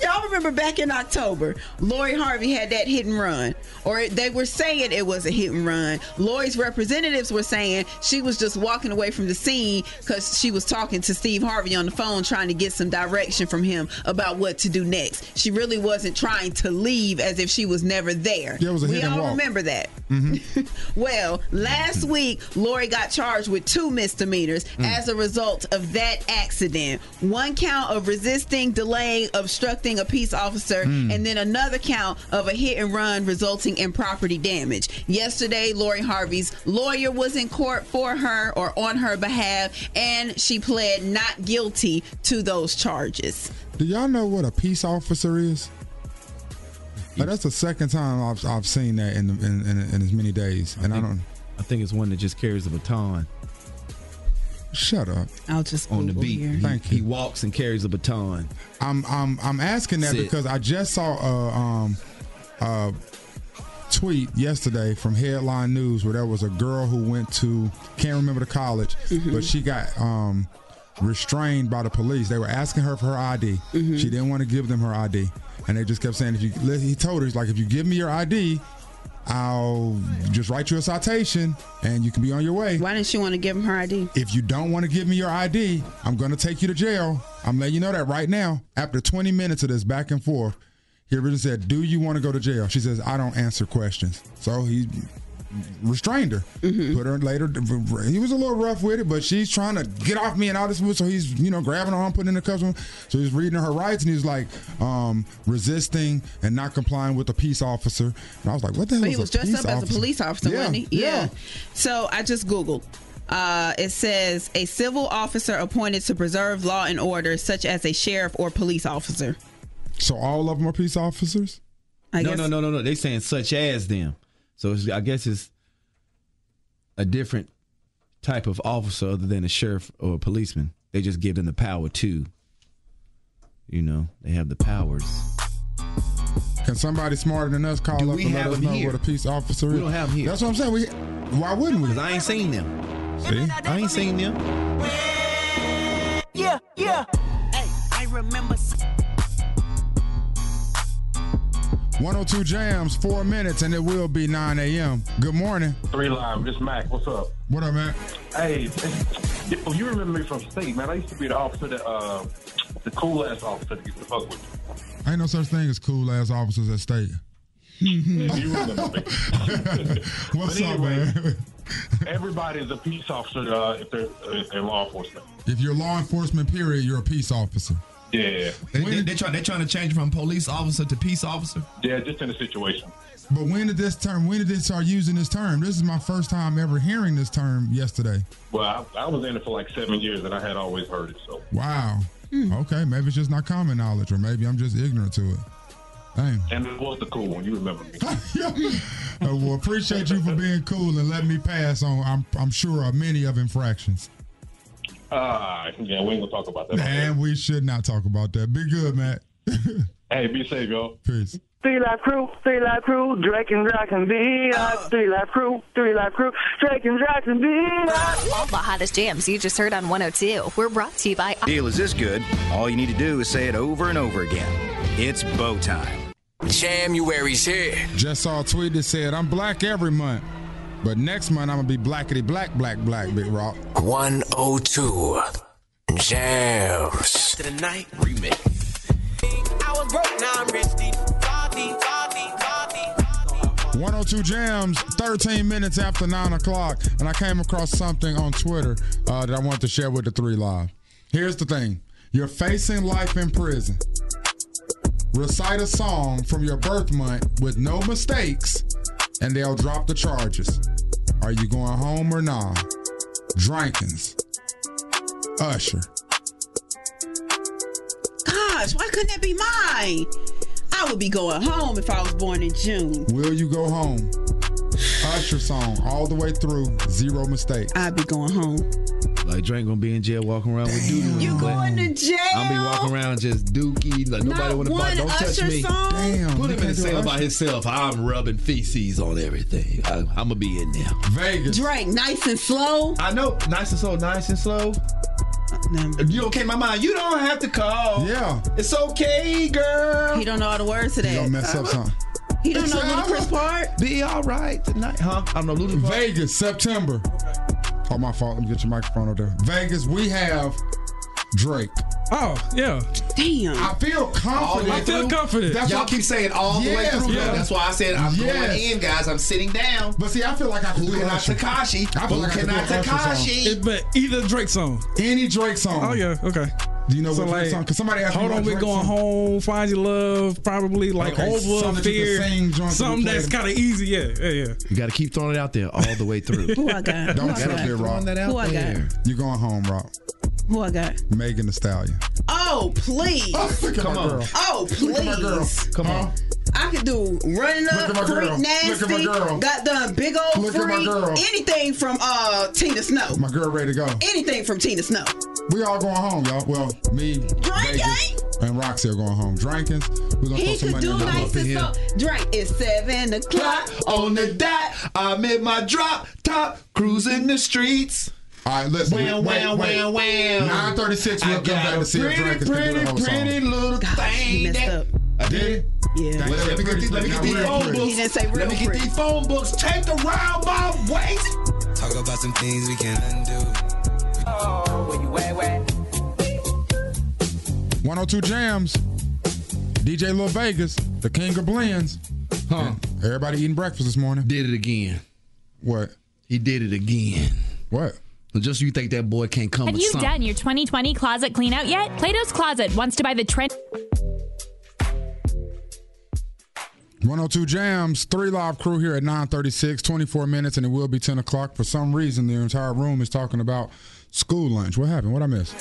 [SPEAKER 5] Y'all remember back in October, Lori Harvey had that hit and run, or they were saying it was a hit and run. Lori's representatives were saying she was just walking away from the scene because she was talking to Steve Harvey on the phone, trying to get some direction from him about what to do next. She really wasn't trying to leave as if she was never there.
[SPEAKER 4] Yeah, it was a
[SPEAKER 5] we
[SPEAKER 4] hit and
[SPEAKER 5] all
[SPEAKER 4] walk.
[SPEAKER 5] remember that.
[SPEAKER 4] Mm-hmm.
[SPEAKER 5] Well, last
[SPEAKER 6] Mm-hmm.
[SPEAKER 5] week, Lori got charged with two misdemeanors
[SPEAKER 26] Mm.
[SPEAKER 5] as a result of that accident. One count of resisting, delaying, obstructing a peace officer,
[SPEAKER 26] Mm.
[SPEAKER 5] and then another count of a hit and run resulting in property damage. Yesterday, Lori Harvey's lawyer was in court for her or on her behalf, and she pled not guilty to those charges.
[SPEAKER 4] Do y'all know what a peace officer is? Like, that's the second time I've, I've seen that in, in, in, in as many days, and I, don't.
[SPEAKER 6] I think it's one that just carries a baton.
[SPEAKER 4] Shut up.
[SPEAKER 5] I'll just
[SPEAKER 6] on the beat. He,
[SPEAKER 4] Thank
[SPEAKER 6] he walks and carries a baton.
[SPEAKER 4] I'm I'm I'm asking that
[SPEAKER 6] Sit.
[SPEAKER 4] because I just saw a um a tweet yesterday from Headline News where there was a girl who went to can't remember the college, but she got um restrained by the police. They were asking her for her ID. She didn't want to give them her ID, and they just kept saying if you he told her he's like if you give me your ID. I'll just write you a citation and you can be on your way.
[SPEAKER 5] Why didn't she want to give him her ID?
[SPEAKER 4] If you don't want to give me your ID, I'm going to take you to jail. I'm letting you know that right now. After 20 minutes of this back and forth, he originally said, Do you want to go to jail? She says, I don't answer questions. So he restrained her.
[SPEAKER 5] Mm-hmm.
[SPEAKER 4] Put her later. He was a little rough with it, but she's trying to get off me and all this. So he's, you know, grabbing her arm, putting in the cuffs. on- So he's reading her rights and he's like, um, resisting and not complying with a peace officer. And I was like, What the hell
[SPEAKER 5] So he
[SPEAKER 4] is a
[SPEAKER 5] was dressed
[SPEAKER 4] peace
[SPEAKER 5] up as a police officer,
[SPEAKER 4] yeah,
[SPEAKER 5] wasn't he?
[SPEAKER 4] Yeah.
[SPEAKER 5] So I just Googled. Uh, it says a civil officer appointed to preserve law and order, such as a sheriff or police officer.
[SPEAKER 4] So all of them are peace officers?
[SPEAKER 5] I
[SPEAKER 6] no,
[SPEAKER 5] guess-
[SPEAKER 6] no, no, no, no. They saying such as them. So it's, I guess it's a different type of officer other than a sheriff or a policeman. They just give them the power to. You know, they have the powers.
[SPEAKER 4] Can somebody smarter than us call up
[SPEAKER 6] we
[SPEAKER 4] and let
[SPEAKER 6] have
[SPEAKER 4] us
[SPEAKER 6] them
[SPEAKER 4] know
[SPEAKER 6] here?
[SPEAKER 4] what a peace officer is?
[SPEAKER 6] We don't have them here.
[SPEAKER 4] That's what I'm saying. We, why wouldn't we?
[SPEAKER 6] I ain't seen them.
[SPEAKER 4] See?
[SPEAKER 6] I ain't seen them.
[SPEAKER 27] Yeah, yeah. Hey, I remember.
[SPEAKER 4] 102 jams, four minutes, and it will be 9 a.m. Good morning.
[SPEAKER 17] Three Live, this Mac. What's up?
[SPEAKER 4] What up, man?
[SPEAKER 17] Hey, [laughs] if you remember me from state, man. I used to be the officer that, uh, the cool ass officer that used to fuck with you.
[SPEAKER 4] Ain't no such thing as cool ass officers at state. [laughs]
[SPEAKER 17] You remember me.
[SPEAKER 4] What's up, man?
[SPEAKER 17] Everybody is a peace officer uh, if they're uh, in law enforcement.
[SPEAKER 4] If you're law enforcement, period, you're a peace officer.
[SPEAKER 17] Yeah.
[SPEAKER 28] They, they, they try, they're trying to change from police officer to peace officer.
[SPEAKER 17] Yeah, just in a situation.
[SPEAKER 4] But when did this term? When did they start using this term? This is my first time ever hearing this term. Yesterday.
[SPEAKER 17] Well, I, I was in it for like seven years, and I had always heard it. So
[SPEAKER 4] Wow. Okay, maybe it's just not common knowledge, or maybe I'm just ignorant to it. Dang.
[SPEAKER 17] And it was the cool one. You remember me.
[SPEAKER 4] [laughs] Uh, well, appreciate you for being cool and letting me pass on. I'm I'm sure of many of infractions.
[SPEAKER 17] Ah, yeah, we ain't gonna talk about that.
[SPEAKER 4] And we should not talk about that. Be good, Matt. [laughs]
[SPEAKER 17] Hey, be safe, y'all.
[SPEAKER 4] Peace.
[SPEAKER 19] Three Life Crew, Three Life Crew, Drake and Jackson B. Uh, Three Life Crew, Three Life Crew, Drake and Jackson B.
[SPEAKER 18] All the hottest jams you just heard on 102 were brought to you by
[SPEAKER 2] Deal is this good. All you need to do is say it over and over again. It's bow time.
[SPEAKER 4] January's here. Just saw a tweet that said, I'm black every month. But next month, I'm going to be blackety black, black, black, Big Rock. 102 Jams.
[SPEAKER 29] To the night remix. I was broke, now I'm rich. deep. Salty, salty, salty.
[SPEAKER 4] 102 Jams, 13 minutes after 9 o'clock. And I came across something on Twitter uh, that I wanted to share with the three live. Here's the thing you're facing life in prison. Recite a song from your birth month with no mistakes, and they'll drop the charges. Are you going home or not? Drankins. Usher.
[SPEAKER 5] Gosh, why couldn't that be mine? I would be going home if I was born in June.
[SPEAKER 4] Will you go home? Usher song all the way through, zero mistakes.
[SPEAKER 5] I'd be going home.
[SPEAKER 6] Like Drake gonna be in jail walking around with doo
[SPEAKER 5] You going to jail?
[SPEAKER 6] I'm be walking around just dookie. Like nobody
[SPEAKER 5] Not
[SPEAKER 6] wanna
[SPEAKER 5] one
[SPEAKER 6] fuck. Don't touch
[SPEAKER 5] Usher
[SPEAKER 6] me.
[SPEAKER 5] song? Damn,
[SPEAKER 6] Put
[SPEAKER 5] they
[SPEAKER 6] him in
[SPEAKER 5] can't
[SPEAKER 6] the
[SPEAKER 5] do
[SPEAKER 6] cell by
[SPEAKER 5] Usher.
[SPEAKER 6] himself. I'm rubbing feces on everything. I, I'm gonna be in there.
[SPEAKER 4] Vegas.
[SPEAKER 5] Drake, nice and slow.
[SPEAKER 6] I know, nice and slow, nice and slow. You don't okay, my mind. You don't have to call.
[SPEAKER 4] Yeah.
[SPEAKER 6] It's okay, girl.
[SPEAKER 5] He don't know all the words to that.
[SPEAKER 6] You
[SPEAKER 5] don't
[SPEAKER 4] mess
[SPEAKER 30] Uh-huh.
[SPEAKER 4] up something.
[SPEAKER 5] He don't know Ludacris part.
[SPEAKER 6] Be all right tonight, huh? I don't know Ludacris.
[SPEAKER 4] Vegas, September. Oh, my fault. Let me get your microphone over there. Vegas, we have Drake.
[SPEAKER 21] Oh, yeah.
[SPEAKER 5] Damn.
[SPEAKER 4] [laughs] I feel confident.
[SPEAKER 21] I feel confident.
[SPEAKER 4] why-
[SPEAKER 30] Y'all keep saying all the way
[SPEAKER 4] Yes,
[SPEAKER 30] through.
[SPEAKER 4] yeah.
[SPEAKER 30] though. That's why I said I'm
[SPEAKER 4] Yes.
[SPEAKER 30] going in, guys. I'm sitting down.
[SPEAKER 4] But see, I feel like I
[SPEAKER 30] Who
[SPEAKER 4] do
[SPEAKER 30] can I
[SPEAKER 4] Usher.
[SPEAKER 30] Takashi?
[SPEAKER 4] I feel
[SPEAKER 30] Who
[SPEAKER 4] like I
[SPEAKER 30] can
[SPEAKER 4] could
[SPEAKER 30] I
[SPEAKER 4] do an Usher song.
[SPEAKER 30] Takashi?
[SPEAKER 21] It, but either Drake song.
[SPEAKER 4] Any Drake song.
[SPEAKER 21] Oh yeah, okay.
[SPEAKER 4] Do you know what Drake song? 'Cause somebody asked me
[SPEAKER 21] Hold
[SPEAKER 4] about
[SPEAKER 21] on, we're
[SPEAKER 4] Drake
[SPEAKER 21] going
[SPEAKER 4] song.
[SPEAKER 21] home. Find your love, probably like
[SPEAKER 4] Okay,
[SPEAKER 21] over
[SPEAKER 4] something that you can
[SPEAKER 21] fear.
[SPEAKER 4] sing, joint that we
[SPEAKER 21] something that's
[SPEAKER 4] played.
[SPEAKER 21] kind of easy. Yeah, yeah, yeah.
[SPEAKER 6] You gotta keep throwing it out there all the way [laughs] through.
[SPEAKER 5] Who I got? Who
[SPEAKER 4] Don't
[SPEAKER 5] I
[SPEAKER 4] trip
[SPEAKER 5] got?
[SPEAKER 4] there, Rock.
[SPEAKER 5] Throwing that out Who I got? there.
[SPEAKER 4] You're going home, Rock.
[SPEAKER 5] Who I got?
[SPEAKER 4] Megan the Stallion.
[SPEAKER 5] Oh, please.
[SPEAKER 4] [laughs] Come on. girl.
[SPEAKER 5] Oh,
[SPEAKER 4] Look at my girl.
[SPEAKER 5] please.
[SPEAKER 4] Come on.
[SPEAKER 5] I could do running
[SPEAKER 4] Look
[SPEAKER 5] up,
[SPEAKER 4] at my
[SPEAKER 5] freak
[SPEAKER 4] girl. Look
[SPEAKER 5] nasty,
[SPEAKER 4] at my girl.
[SPEAKER 5] got done big old
[SPEAKER 4] Look at my
[SPEAKER 5] freak,
[SPEAKER 4] girl.
[SPEAKER 5] anything from uh Tina Snow,
[SPEAKER 4] My girl ready to go.
[SPEAKER 5] anything from Tina Snow.
[SPEAKER 4] We all going home, y'all. Well, me, Vegas, and Roxy are going home. Drinkins, we're gonna
[SPEAKER 5] He
[SPEAKER 4] throw some
[SPEAKER 5] could
[SPEAKER 4] money
[SPEAKER 5] do
[SPEAKER 4] in the
[SPEAKER 5] nice
[SPEAKER 4] up in
[SPEAKER 5] and
[SPEAKER 4] here.
[SPEAKER 5] slow. Drake, it's seven o'clock.
[SPEAKER 6] on the dot. I'm in my drop top, cruising the streets.
[SPEAKER 4] All right, listen.
[SPEAKER 6] Wow,
[SPEAKER 4] wait,
[SPEAKER 6] wow,
[SPEAKER 4] wait.
[SPEAKER 6] wow, wow.
[SPEAKER 4] 9:36, we'll
[SPEAKER 6] I
[SPEAKER 4] come
[SPEAKER 6] got
[SPEAKER 4] back
[SPEAKER 6] a
[SPEAKER 4] to see if
[SPEAKER 6] pretty,
[SPEAKER 4] Drake is gonna do
[SPEAKER 6] pretty,
[SPEAKER 4] the whole song.
[SPEAKER 6] pretty little thing.
[SPEAKER 5] He messed up.
[SPEAKER 4] I did.
[SPEAKER 5] Yeah.
[SPEAKER 4] Let, let me get these, let me get these phone books.
[SPEAKER 5] He didn't say real
[SPEAKER 6] Let me get
[SPEAKER 5] pretty.
[SPEAKER 6] these phone books taped around my waist.
[SPEAKER 29] Talk about some things we can undo. Oh, where you at, where?
[SPEAKER 4] 102 Jams, DJ Lil Vegas, the king of blends. Huh? Everybody eating breakfast this morning.
[SPEAKER 6] Did it again.
[SPEAKER 4] What?
[SPEAKER 6] He did it again.
[SPEAKER 4] What?
[SPEAKER 6] Just you think that boy can't come
[SPEAKER 9] Have
[SPEAKER 6] with
[SPEAKER 9] you
[SPEAKER 6] something.
[SPEAKER 9] done your 2020 closet cleanout yet? Plato's Closet wants to buy the trend.
[SPEAKER 4] 102 Jams, three live crew here at 936, 24 minutes, and it will be 10 o'clock. For some reason, the entire room is talking about school lunch. What happened? What I missed?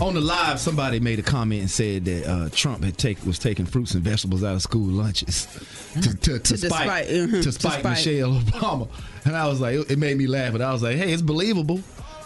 [SPEAKER 6] On the live, somebody made a comment and said that uh, Trump had take was taking fruits and vegetables out of school lunches to, to, to,
[SPEAKER 5] To
[SPEAKER 6] spite,
[SPEAKER 5] despite, mhm,
[SPEAKER 6] to
[SPEAKER 5] to
[SPEAKER 6] spite
[SPEAKER 5] spite.
[SPEAKER 6] Michelle Obama, and I was like, it made me laugh, but I was like, hey, it's believable.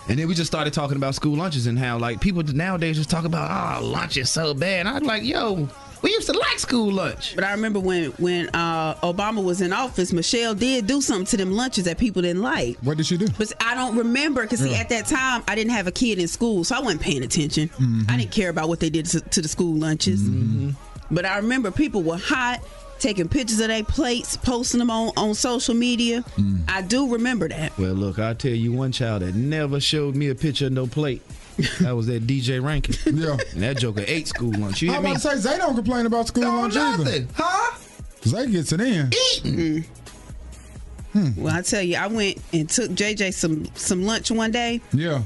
[SPEAKER 6] And then we just started talking about school lunches and how like people nowadays just talk about ah lunch is so bad. I'm like, yo, we used to like school lunch.
[SPEAKER 5] But I remember when when uh, Obama was in office, Michelle did do something to them lunches that people didn't like.
[SPEAKER 4] What did she do?
[SPEAKER 5] But I don't remember because see,
[SPEAKER 4] Yeah.
[SPEAKER 5] at that time I didn't have a kid in school, so I wasn't paying attention. I didn't care about what they did to, to the school lunches. But I remember people were hot, taking pictures of their plates, posting them on on social media. I do remember that.
[SPEAKER 6] Well, look, I tell you, one child that never showed me a picture of no plate. That was that DJ Rankin. [laughs]
[SPEAKER 4] yeah,
[SPEAKER 6] and that joker ate school lunch. You
[SPEAKER 4] I
[SPEAKER 6] hear
[SPEAKER 4] was
[SPEAKER 6] me?
[SPEAKER 4] about to say, Zay don't complain about school lunch either.
[SPEAKER 6] nothing, huh?
[SPEAKER 4] Zay gets it in.
[SPEAKER 5] Mm. Well, I tell you, I went and took JJ some some lunch one day,
[SPEAKER 4] Yeah,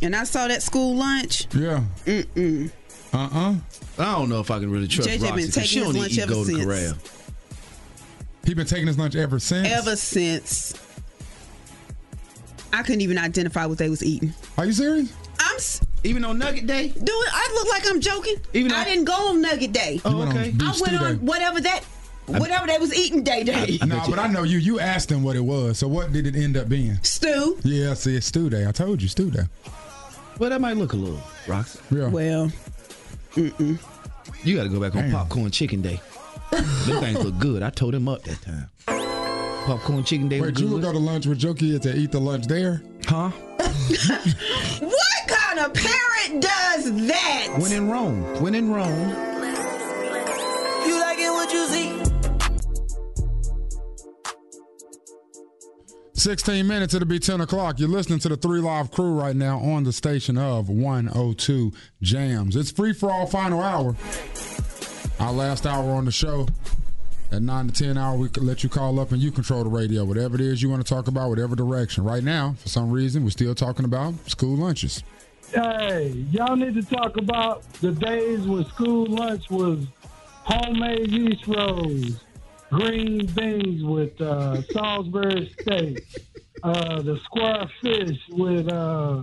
[SPEAKER 5] and I saw that school lunch.
[SPEAKER 4] yeah. Uh-uh.
[SPEAKER 5] Mm-mm.
[SPEAKER 6] Uh uh I don't know if I can really trust
[SPEAKER 5] JJ been
[SPEAKER 6] Roxy. 'cause
[SPEAKER 5] taking
[SPEAKER 6] she
[SPEAKER 5] his
[SPEAKER 6] don't
[SPEAKER 5] lunch
[SPEAKER 6] eat
[SPEAKER 5] ever
[SPEAKER 6] Golden
[SPEAKER 5] since.
[SPEAKER 6] Corral.
[SPEAKER 4] He been taking his lunch ever since.
[SPEAKER 5] Ever since. I couldn't even identify what they was eating.
[SPEAKER 4] Are you serious?
[SPEAKER 5] I'm s-
[SPEAKER 6] even on Nugget Day.
[SPEAKER 5] Dude, I look like I'm joking. Even I didn't go on Nugget Day.
[SPEAKER 4] You went on okay. beef
[SPEAKER 5] I
[SPEAKER 4] stew
[SPEAKER 5] went on
[SPEAKER 4] day.
[SPEAKER 5] whatever that, whatever they was eating day day.
[SPEAKER 4] no, but I know you. You asked him what it was. So what did it end up being?
[SPEAKER 5] Stew.
[SPEAKER 4] Yeah, see, it's stew day. I told you, stew day.
[SPEAKER 6] Well, that might look a little rocks.
[SPEAKER 4] Yeah.
[SPEAKER 5] Well, mm-mm.
[SPEAKER 6] you got to go back on popcorn chicken day. Them things look good. I told him up that time. Popcorn chicken day.
[SPEAKER 4] Wait,
[SPEAKER 6] was
[SPEAKER 4] you
[SPEAKER 6] good.
[SPEAKER 4] would go to lunch with your kids and eat the lunch there?
[SPEAKER 6] Huh?
[SPEAKER 5] What kind of parent does that?
[SPEAKER 6] When in Rome. When in Rome.
[SPEAKER 13] You liking what you see?
[SPEAKER 4] 16 minutes, it'll be 10 o'clock. You're listening to the Three Live Crew right now on the station of 102 Jams. It's free for all final hour. Our last hour on the show. At 9 to 10 hour, we could let you call up and you control the radio. Whatever it is you want to talk about, whatever direction. Right now, for some reason, we're still talking about school lunches.
[SPEAKER 21] Hey, y'all need to talk about the days when school lunch was homemade yeast rolls, green beans with uh, Salisbury steak, uh, the square fish with. Uh,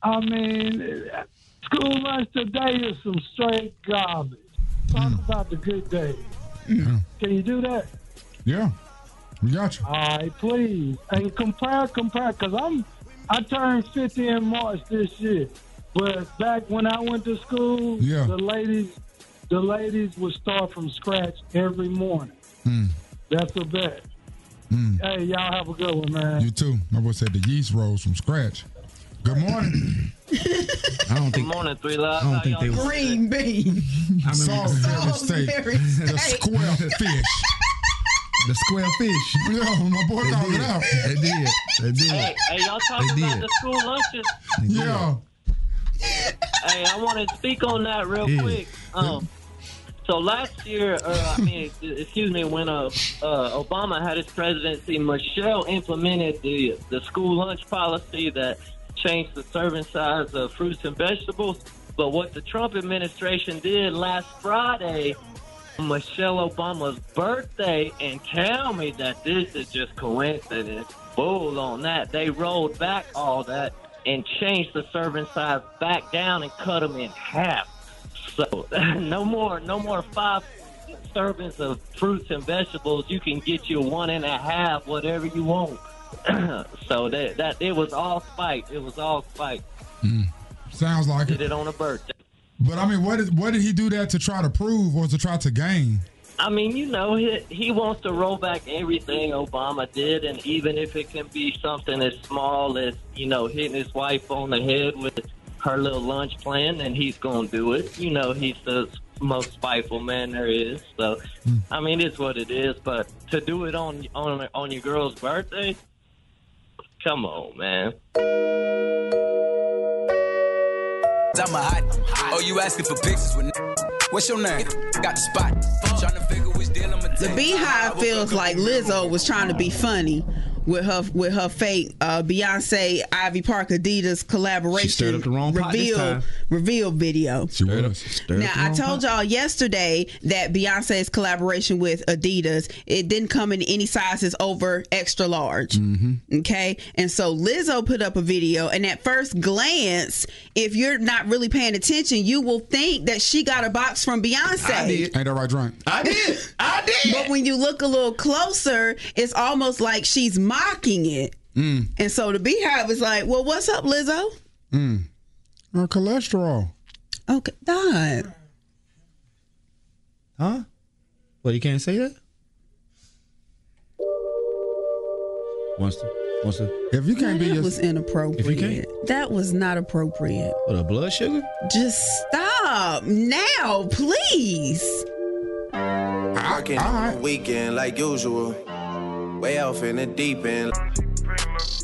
[SPEAKER 21] I mean, school lunch today is some straight garbage. Talk about the good days. Can you do that?
[SPEAKER 4] Yeah, we got you.
[SPEAKER 21] All right, please. And compare, compare, because I'm, I turned 50 in March this year. But back when I went to school,
[SPEAKER 4] Yeah.
[SPEAKER 21] the ladies, the ladies would start from scratch every morning. That's the best.
[SPEAKER 4] Mm.
[SPEAKER 21] Hey, y'all have a good one, man.
[SPEAKER 4] You too. My boy said the yeast rolls from scratch. Good morning. I don't
[SPEAKER 14] Good morning, Three Live.
[SPEAKER 4] I don't
[SPEAKER 14] How
[SPEAKER 4] think
[SPEAKER 14] y'all
[SPEAKER 4] they was-
[SPEAKER 22] [laughs]
[SPEAKER 14] doing?
[SPEAKER 5] Green bean.
[SPEAKER 20] I remember
[SPEAKER 4] Salisbury steak. The square fish.
[SPEAKER 20] the square fish.
[SPEAKER 4] Yeah, my boy called it out.
[SPEAKER 20] They did. They
[SPEAKER 14] Hey,
[SPEAKER 20] did.
[SPEAKER 14] hey, y'all talking
[SPEAKER 20] They
[SPEAKER 14] about
[SPEAKER 20] did.
[SPEAKER 14] the school lunches.
[SPEAKER 4] Yeah.
[SPEAKER 14] hey, I want to speak on that real
[SPEAKER 20] Yeah.
[SPEAKER 14] quick. Um, so last year, uh, I mean, ex- excuse me, when uh, uh, Obama had his presidency, Michelle implemented the the school lunch policy that changed the serving size of fruits and vegetables. But what the Trump administration did last Friday, Michelle Obama's birthday, and tell me that this is just coincidence. Bull on that. They rolled back all that and changed the serving size back down and cut them in half. So [laughs] no more, no more five servings of fruits and vegetables. You can get your one and a half, whatever you want. [clears throat] so that that it was all spiked. It was all spiked.
[SPEAKER 4] Sounds like
[SPEAKER 14] Did
[SPEAKER 4] it.
[SPEAKER 14] it on a birthday.
[SPEAKER 4] But I mean, what is what did he do that to try to prove or to try to gain?
[SPEAKER 14] I mean, you know, he, he wants to roll back everything Obama did, and even if it can be something as small as, you know, hitting his wife on the head with her little lunch plan, then he's going to do it. You know, he's the most spiteful man there is. So, I mean, it's what it is. But to do it on on on your girl's birthday, come on, man.
[SPEAKER 16] I'm a hot. Oh, you asking for pictures with n- What's your name? Got the spot. Tryna figure which deal I'ma
[SPEAKER 5] The
[SPEAKER 16] take.
[SPEAKER 5] Beehive feels like Lizzo was trying to be funny with her with her fake uh, Beyonce Ivy Park Adidas collaboration
[SPEAKER 22] stirred up the wrong pot this
[SPEAKER 5] reveal
[SPEAKER 22] time.
[SPEAKER 5] reveal video.
[SPEAKER 22] Stirred up- stirred
[SPEAKER 5] Now
[SPEAKER 22] up the
[SPEAKER 5] I
[SPEAKER 22] wrong
[SPEAKER 6] Mm-hmm.
[SPEAKER 22] pot.
[SPEAKER 5] told y'all yesterday that Beyonce's collaboration with Adidas it didn't come in any sizes over extra large. Okay, and so Lizzo put up a video, and at first glance, if you're not really paying attention, you will think that she got a box from Beyonce.
[SPEAKER 4] Ain't that right, drunk?
[SPEAKER 6] I did. I did.
[SPEAKER 5] But when you look a little closer, it's almost like she's mocking it.
[SPEAKER 4] Mm.
[SPEAKER 5] And so the beehive is like, "Well, what's up, Lizzo?
[SPEAKER 4] Mm. Her cholesterol.
[SPEAKER 5] Okay, God,
[SPEAKER 6] Huh? Well, you can't say that? Once to, once to.
[SPEAKER 4] If you
[SPEAKER 5] that was inappropriate. That was not appropriate.
[SPEAKER 6] What, a blood sugar?
[SPEAKER 5] Just stop now, please."
[SPEAKER 19] Working on the weekend like usual. Way off in the deep end.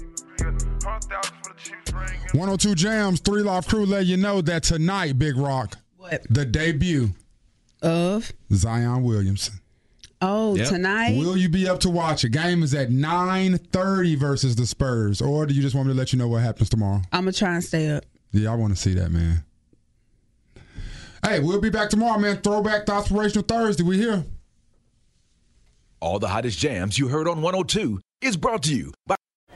[SPEAKER 4] 102 Jams, Three Live Crew let you know that tonight, Big Rock,
[SPEAKER 5] What?
[SPEAKER 4] the debut
[SPEAKER 5] of
[SPEAKER 4] Zion Williamson.
[SPEAKER 5] Oh, tonight.
[SPEAKER 4] Will you be up to watch it? Game is at 9.30 versus the Spurs. Or do you just want me to let you know what happens tomorrow?
[SPEAKER 5] I'm gonna try and stay up.
[SPEAKER 4] Yeah, I want to see that, man. Hey, we'll be back tomorrow, man. Throwback to Inspirational Thursday. We here. All the hottest jams you heard on 102 is brought to you by.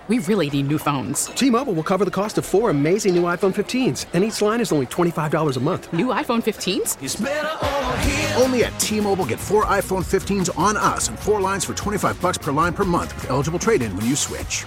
[SPEAKER 31] We really need new phones. T-Mobile will cover the cost of four amazing new iPhone 15s, and each line is only $25 a month. New iPhone 15s?
[SPEAKER 17] Only at T-Mobile get four iPhone 15s on us and four lines for 25 bucks per line per month with eligible trade-in when you switch.